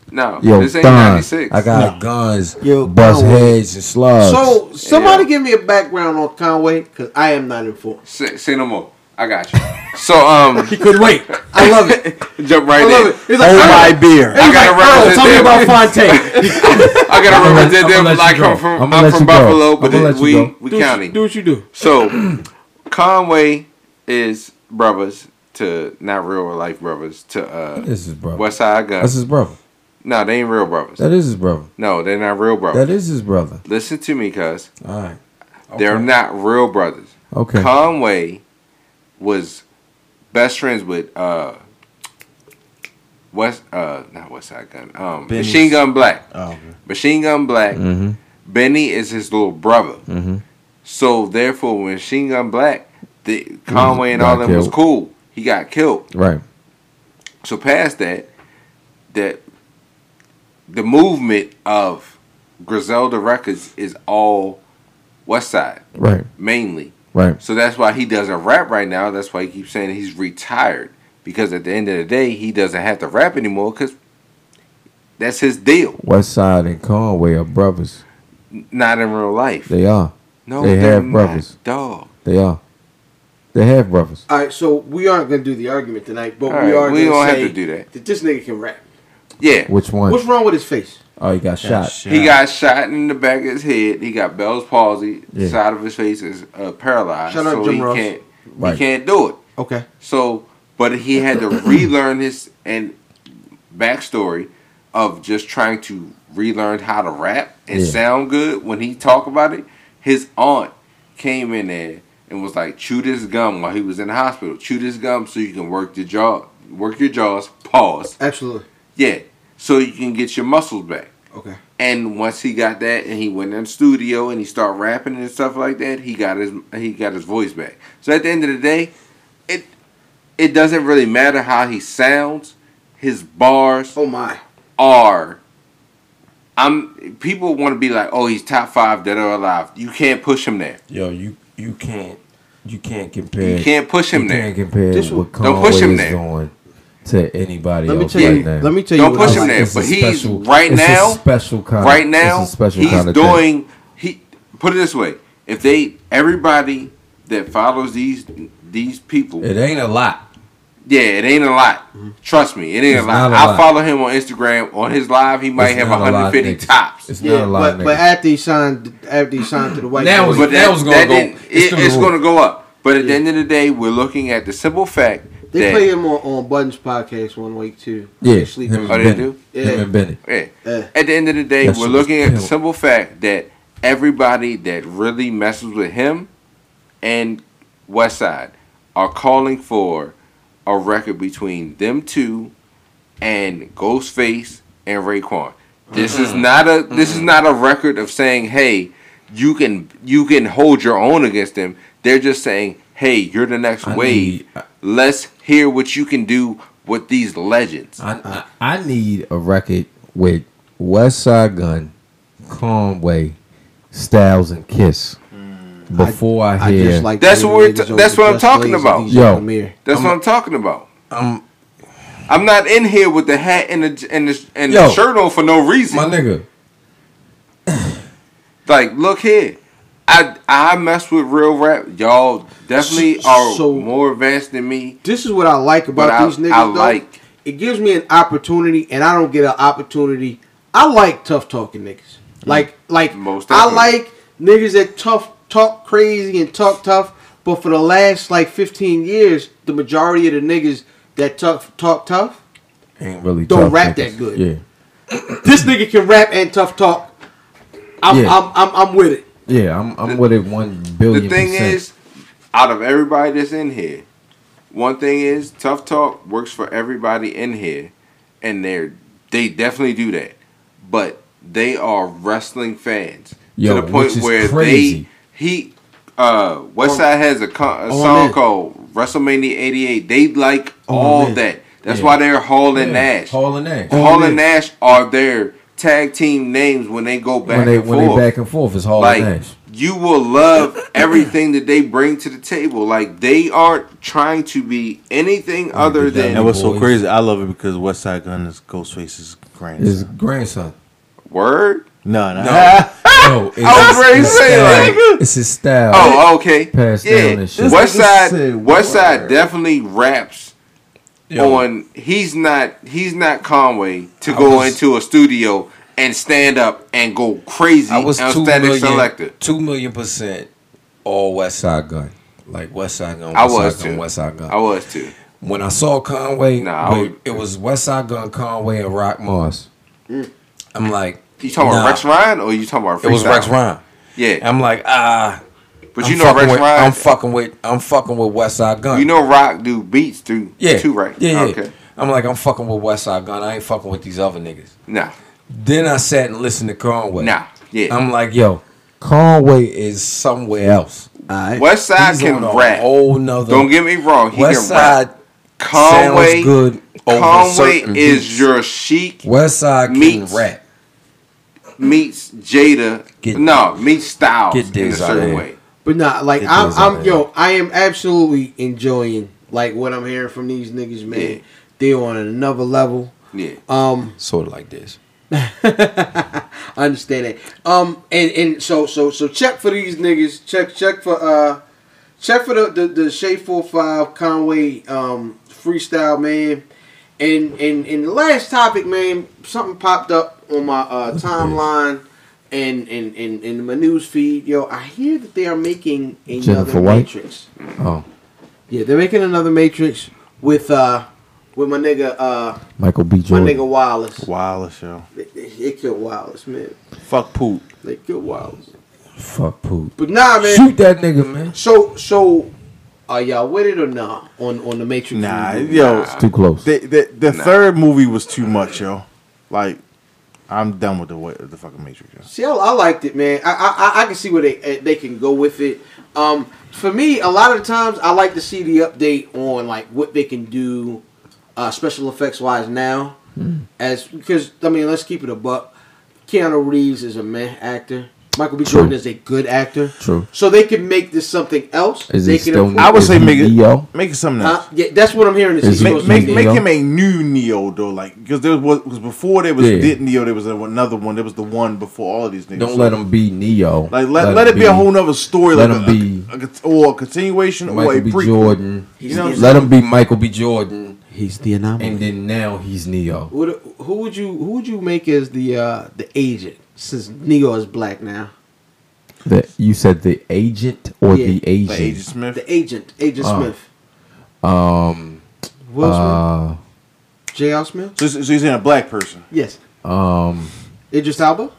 No, Yo, this ain't Don, 96. I got guns, Yo, bust Don. heads and slugs. So somebody Yeah. give me a background on Conway because I am not informed. Say, say no more. I got you. So um, He could wait. I love it. jump right I love in. it. He's like, oh my beer. I gotta oh, represent tell me them. about Fontaine. I gotta I'ma let- represent I'ma them. let Like you go. I'm from, I'ma I'm let from you go. Buffalo, but I'ma it- let you we go. we do, what you, county. do what you do. So Conway is brothers to not real life brothers to uh This is brother. West Side Gun. That's his brother. no, they ain't real brothers. That is his brother. no, they're not real brothers. That is his brother. Listen to me, cuz All right. they're not real brothers. Okay. Conway was best friends with uh West uh not West Side Gun um Benny's. Machine Gun Black. Oh, okay. Machine Gun Black. Mhm. Benny is his little brother. Mhm. So therefore, when Machine Gun Black, the Conway and all got them was killed. cool. He got killed. Right. So past that, that the movement of Griselda Records is all West Side Right. mainly. Right. So that's why he doesn't rap right now. That's why he keeps saying he's retired because at the end of the day, he doesn't have to rap anymore because that's his deal. West Side and Conway are brothers. Not in real life. They are. no, they they're have not, brothers. dog. They are. They have brothers. All right, so we aren't gonna do the argument tonight, but All we right, are we gonna don't have say to do that. this nigga can rap. Yeah, Which one? What's wrong with his face? oh, he got shot. He got shot in the back of his head. He got Bell's palsy. Yeah. Side of his face is uh, paralyzed, Shout out so Jim he Ross. can't Right. he can't do it. Okay, So, but he had to relearn his and backstory of just trying to relearn how to rap and Yeah. sound good when he talk about it. His aunt came in there and was like, "Chew this gum while he was in the hospital. Chew this gum so you can work your jaw, work your jaws. Pause. absolutely. Yeah, so you can get your muscles back." Okay, And once he got that, and he went in the studio and he started rapping and stuff like that, he got his he got his voice back. So at the end of the day, it it doesn't really matter how he sounds. His bars oh my. are. I'm people want to be like, oh, he's top five dead or alive. You can't push him there. Yo, you you can't you can't compare. You can't push him you there. can't compare This what one- don't Conway push him is there. doing to anybody Let me else tell you. right now. Let me tell you. Don't what push him I like. there. It's a But he's special- right it's a now. special kind of- Right it's now, a special he's kind of thing. doing. He put it this way: if they everybody that follows these these people, It ain't a lot. yeah, it ain't a lot. Mm-hmm. Trust me, it ain't It's a lot. not a I lot. follow him on Instagram. On his live, he might It's have not a lot of 150 niggas. tops. It's Yeah, not a lot but, of but niggas. after he signed, after he signed to the white, Now Boys, it's- but that, was gonna that go- didn't- it's it- through the it's roof. going to go up. But at the end of the day, we're looking at the simple fact they that play him on, on Buttons podcast one week too. yeah, They sleep him and Oh, on- they Benny. do? Him Yeah. and Benny. Yeah. Uh. At the end of the day, That we're shit looking was at the killed. simple fact that everybody that really messes with him and Westside are calling for a record between them two and Ghostface and Raekwon. This is not a this is not a record of saying, "Hey, you can you can hold your own against them." They're just saying, "Hey, you're the next I wave. need- I- Let's hear what you can do with these legends." I, I, I need a record with West Side Gun, Conway, Styles, and Kiss. Hmm. before I, I hear. just like That's the what we're niggas ta- over that's what I'm Just talking Blaze about. and DJ Yo. Premier. That's what I'm talking about. I'm not in here with the hat and the and the, and the Yo. shirt on for no reason. My nigga, Like, look here. I I mess with real rap. Y'all definitely are So- more advanced than me. This is what I like about But I- these niggas. I though. like- it gives me an opportunity, and I don't get an opportunity. I like tough talking niggas. Like like Mm. Most I definitely. like niggas that tough talk crazy and talk tough. But for the last like fifteen years, the majority of the niggas that tough talk tough, ain't really don't tough rap niggas. that good. Yeah, this nigga can rap and tough talk. I'm Yeah. I'm, I'm I'm with it. yeah, I'm I'm The- with it one billion. The thing percent. is, out of everybody that's in here, one thing is tough talk works for everybody in here, and they're they definitely do that. But they are wrestling fans Yo, to the point which is where crazy. they he uh Westside has a, con- a on song it. called WrestleMania '88. They like all it. that. That's Yeah. why they're hauling Yeah, ass. Hall and Nash. Hall and Nash are their tag team names when they go back when they and when they forth. back and forth is Oh, Hall like and Nash. you will love everything that they bring to the table. Like they aren't trying to be anything other that That than was so Boys. crazy. I love it because West Side Gun is Ghostface's His grandson. grandson. word. No, no. No, it's, I was ready to it's say, style. like- it's his Uh, style. Oh, okay. Passed yeah, down and shit. West This nigga Side. said West Side word. definitely raps Yo. on. He's not. He's not Conway to I go was- into a studio and stand up and go crazy. I was on two Static million, Selector. two million percent all West Side Gun. Like West Side Gun, West I was Side Gun, too. West Side Gun. I was too. when I saw Conway, Nah, I wait, would- it was West Side Gun, Conway, and Rock Moss. Mm. I'm like, You talking nah. about Rex Ryan or you talking about It was Freestyle? Rex Ryan. Yeah, I'm like, ah, but I'm you know fucking Rex with, Ryan. I'm fucking with, I'm fucking with West Side Gun. You know Rock do beats through yeah, too, right? Yeah, yeah. Okay. I'm like, I'm fucking with West Side Gun. I ain't fucking with these other niggas. Nah. Then I sat and listened to Conway. Nah. Yeah. I'm like, yo, Conway is somewhere else. West Side He's can on a rap. Whole nother. Don't get me wrong. He West can rap. Side Conway, sounds good. Over Conway certain is beats. your chic West Side can meets- rap. meets Jada. Get- no, meets Styles get in a this out of certain here. way. But not like It I'm, does, I I'm think. yo, I am absolutely enjoying like what I'm hearing from these niggas, man. Yeah. They on another level. Yeah. Um, Sort of like this. I understand that. Um, and and so so so check for these niggas. Check check for uh, check for the the, the Shea Four Five Conway um freestyle man. And and and the last topic, man, something popped up on my uh, timeline. And and, and and my news feed, yo, I hear that they are making another Jennifer White? Matrix. Oh, Yeah, they're making another Matrix with uh with my nigga uh Michael B. my Jordan. nigga Wallace. Wireless, yo. They, they killed Wallace, man. Fuck poop. They killed Wallace. Fuck poop. But nah, man. Shoot that nigga, man. So so are y'all with it or nah on on the Matrix? Nah, reboot? yo. It's too close. The, the, the third movie was too much, yo. Like, I'm done with the way, the fucking Matrix. yo. See, I, I liked it, man. I, I I- I can see where they eh, they can go with it. Um, for me, a lot of the times I like to see the update on like what they can do, uh, special effects wise now, Hmm. as because I mean let's keep it a buck. Keanu Reeves is a meh actor. Michael B. True. Jordan is a good actor. True. So they can make this something else. Is they it can still? afford- I would is say he uh, make it, Neo? make it something Huh? else. yeah, that's what I'm hearing. Is Is he's he- Make, supposed to make, be make Neo? him a new Neo though, like because there was because before there was Yeah. did Neo, there was another one, there was the one before all of these niggas. Don't So, let him be Neo. like let, let, it be, a whole nother story, let like him a, be- a, a- or a continuation or Michael a B. prequel. Jordan. You know what I'm Let him be Michael B. Jordan, He's the anomaly. and then now he's Neo. Would, who would you who would you make as the uh, the agent since Neo is black now? The, you said the agent or Yeah, the the agent? Like Agent Smith. The agent, Agent Oh. Smith, Um. Will Smith, Uh. J.R. Smith. So, so he's in a black person. Yes, Um. Idris Alba.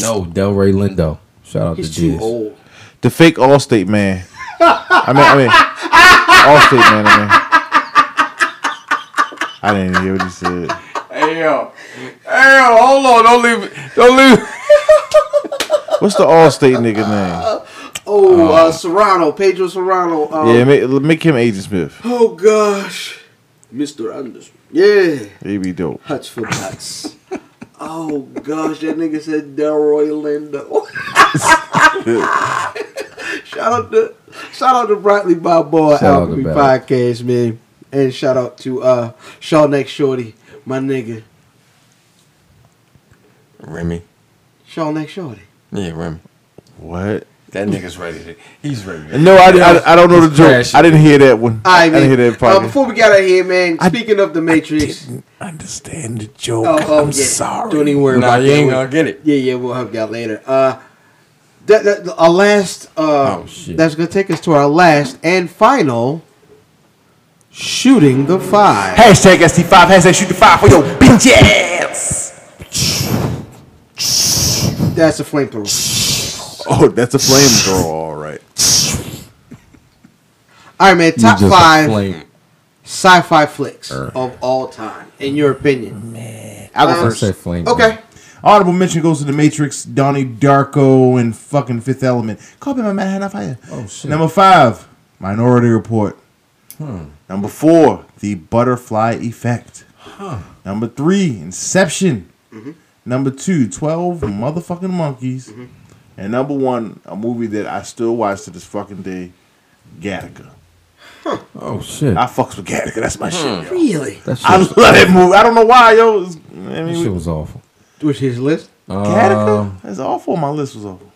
No, Delray Lindo. Shout out He's to too Giz. old. The fake Allstate man. I mean, I mean, Allstate man. I mean, I didn't hear what he said. Hey yo. Hey yo, hold on, don't leave don't leave What's the Allstate nigga Oh, uh, Serrano, Pedro Serrano. Um, name? Yeah, make, make him Agent Smith. Oh gosh, Mr. Anderson. Yeah, He be dope. Hutch for nuts. oh gosh, that nigga said Delroy Lindo. Shout out to shout out to Broccoli Bob Boy Shout out to Alchemy Bob. Podcast, man. And shout out to uh Shaw Neck Shorty, my nigga. Remy. Shaw Neck Shorty. Yeah, Remy. What? That nigga's ready. To, he's ready. No, I, I, I don't know the It's joke. trash. I didn't hear that one. Alright, I man. didn't hear that uh, part. before we get out of here, man, speaking of the Matrix. understand the joke. Oh, oh, yeah. Don't even worry Nah, about you ain't that. gonna get it. Yeah, yeah, we'll help you out later. Uh, that, that our last uh, Oh, shit. that's gonna take us to our last and final shooting the five. Hashtag ST5, hashtag shoot the five for your bitch ass. That's a flamethrower. Oh, that's a flamethrower. All right. All right, man. You Top just a five flame. sci-fi flicks of all time, in your opinion. I Uh, first. I said flame. Okay. Honorable mention goes to The Matrix, Donnie Darko, and fucking Fifth Element. Call me my Manhattan on Fire. Oh, shit. Number five, Minority Report. Number four, The Butterfly Effect. Number three, Inception. Number two, 12 Motherfucking Monkeys. And number one, a movie that I still watch to this fucking day, Gattaca. Oh shit. I fucks with Gattaca. That's my Hmm. shit, yo. Really? That shit, I was, love that movie. I don't know why, yo. It's- I that mean, shit was awful. Which his list? Gattaca? Uh, That's awful. My list was awful.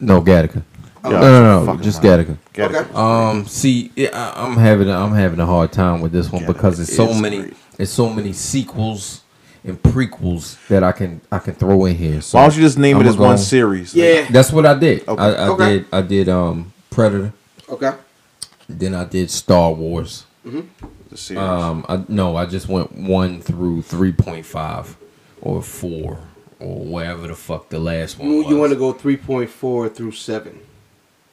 no, Gattaca. Oh, no, no, no, just Gattaca. Gattaca. Okay. Um, see, yeah, I, I'm having a, I'm having a hard time with this one because it's so is many, great. it's so many sequels and prequels that I can I can throw in here. So Why don't you just name I'm it as gonna one go- series? Yeah. That's what I did. Okay. I, I Okay. did I did um Predator. Okay. Then I did Star Wars. the series. Um, I, no, I just went one through three point five or four or wherever the fuck the last one You, was. you want to go three point four through seven?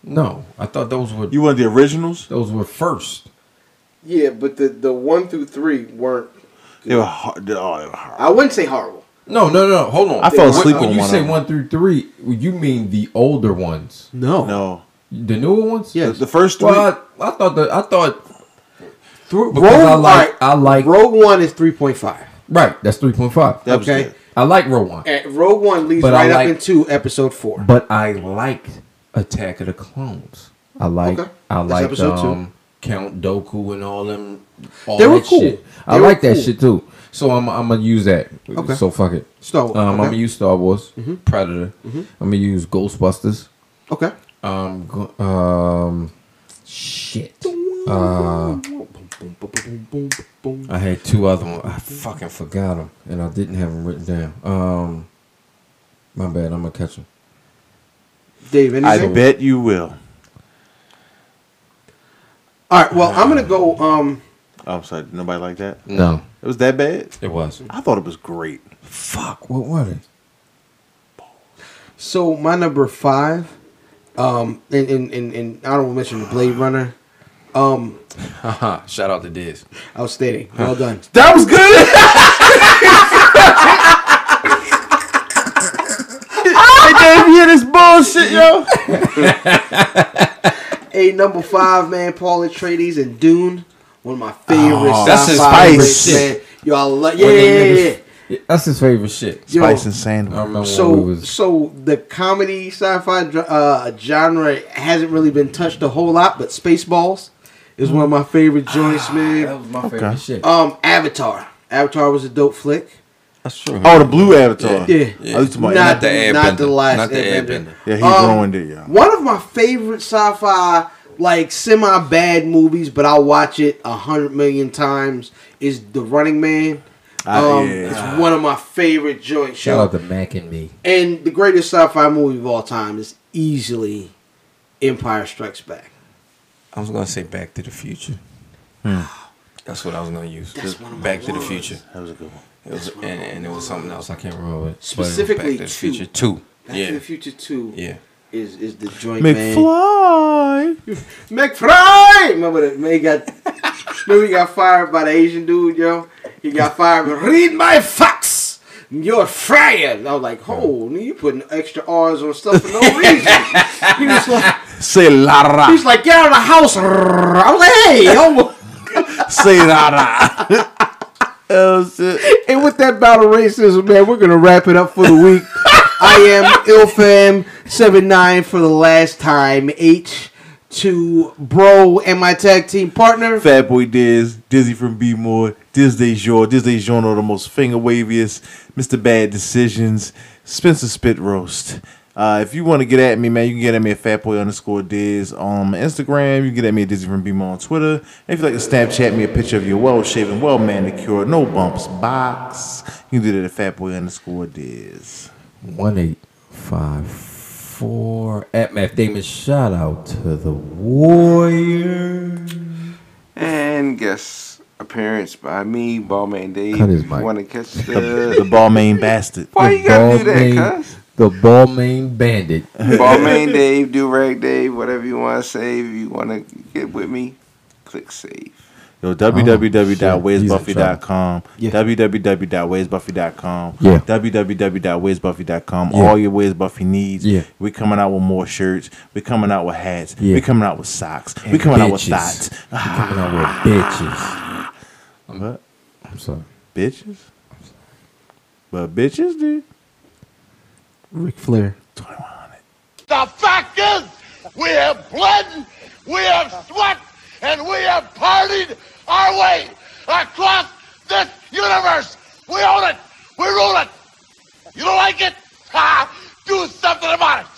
No, I thought those were you want the originals? those were first. Yeah, but the the one through three weren't. They were hard. Oh, they were hard. I wouldn't say horrible. No, no, no. Hold on. I fell When- asleep when on you one say of them. one through three. You mean the older ones, No, the newer ones? the, Yes. the first three. Well, I, I thought the I thought through because Rogue, I like alright, I like Rogue One is three point five. right. That's three point five. that was Okay. good. I like Rogue One, And Rogue One leads But I right up like- into episode four. but I liked Attack of the Clones. I like Okay. I That's like episode two. um, Count Dooku and all them. All They were that cool. Shit. I They were like that cool. shit too. So I'm I'm gonna use that. Okay. So fuck it. Star Um, Wars. I'm okay. Mm-hmm. gonna use Star Wars, Predator. I'm gonna use Ghostbusters. okay. Um, go- um, shit. Uh, I had two other ones. I fucking forgot them, and I didn't have them written down. Um, my bad. I'm gonna catch them. Dave, I anything? bet you will. All right. Well, I'm gonna go. Um, Oh, I'm sorry. Nobody like that. No, It was that bad. it was. I thought it was great. Fuck. What was it? so my number five, um, and and and, and I don't mention the Blade Runner. Um, uh, Haha, Shout out to Diz. outstanding. Well done. That was good. I gave you this bullshit, yo. Hey, number five, man, Paul Atreides and Dune. One of my favorite Oh, that's his sci-fi favorite flicks, shit. man. Y'all, lo- yeah, When yeah, they yeah, niggas- yeah. Yeah, That's his favorite shit. Yo, Spice and sandwich. I remember So, when we was. so the comedy sci-fi dr- uh, genre hasn't really been touched a whole lot, but Spaceballs is one of my favorite Ah, joints, That man. was my favorite shit. Um, Avatar. Avatar was a dope flick. That's true. oh, the blue avatar. Oh, Yeah. I used to my- Not, Not the the Airbender. not the last Not the Airbender. Airbender. Yeah, he Um, ruined it, yo. One of my favorite sci-fi, like semi bad movies, but I'll watch it a hundred million times. Is The Running Man. Ah, Um, yeah. It's one of my favorite joints. Shout yo. out to Mac and me. And the greatest sci-fi movie of all time is easily Empire Strikes Back. I was gonna say Back to the Future. That's what I was gonna use. That's one of my Back to the ones. Future. Hmm. That was a good one. It was, and, and it was something else. I can't remember. Bro, but it- it was Specifically Back to the two. Future Two. Back yeah, to the Future Two yeah. is is the joint man. McFly. McFly. Remember that? Man, he got remember he got fired by the Asian dude, yo. He got fired. Read my fax. You're fired. I was like, oh, nigga, you putting extra R's on stuff for no reason. he was like, Say la ra. he's like, get out of the house. I was like, hey, yo. Say la ra. oh shit. And with that bout of racism, man, we're gonna wrap it up for the week. I am Ilfam79 for the last time. H to Bro and my tag team partner. Fat Boy Diz, Dizzy from B More, Diz Desjour, Diz Desjour are the most finger waviest, Mr. Bad Decisions, Spencer Spit Roast. Uh, if you want to get at me, man, you can get at me at fatboy underscore Diz on Instagram. You can get at me at Dizzy from B More on Twitter. And if you'd like to Snapchat me a picture of your well shaven, well manicured, no bumps box, you can do that at fatboy underscore Diz. One eight five four at Math Damon. Shout out to the Warriors. And guest appearance by me, Ballman Dave. Cut his If mic. you want to catch The the ball main bastard. why you gotta do that, Ballmain- cuz? The ball main bandit. Ballman Dave, Durag Dave, whatever you want to say. If you want to get with me, click save. Yo, He's in trouble. www.waysbuffy.com, Yeah. www.waysbuffy.com, Yeah. www.waysbuffy.com, Yeah. all your Ways Buffy needs. Yeah. we coming out with more shirts. we coming out with hats. Yeah. we coming out with socks. we coming out with bitches. thoughts. Ah, You coming out with bitches. What? I'm sorry. Bitches? But bitches, dude. Ric Flair. The fact is, we have bled, we have sweat, and we have partied our way across this universe.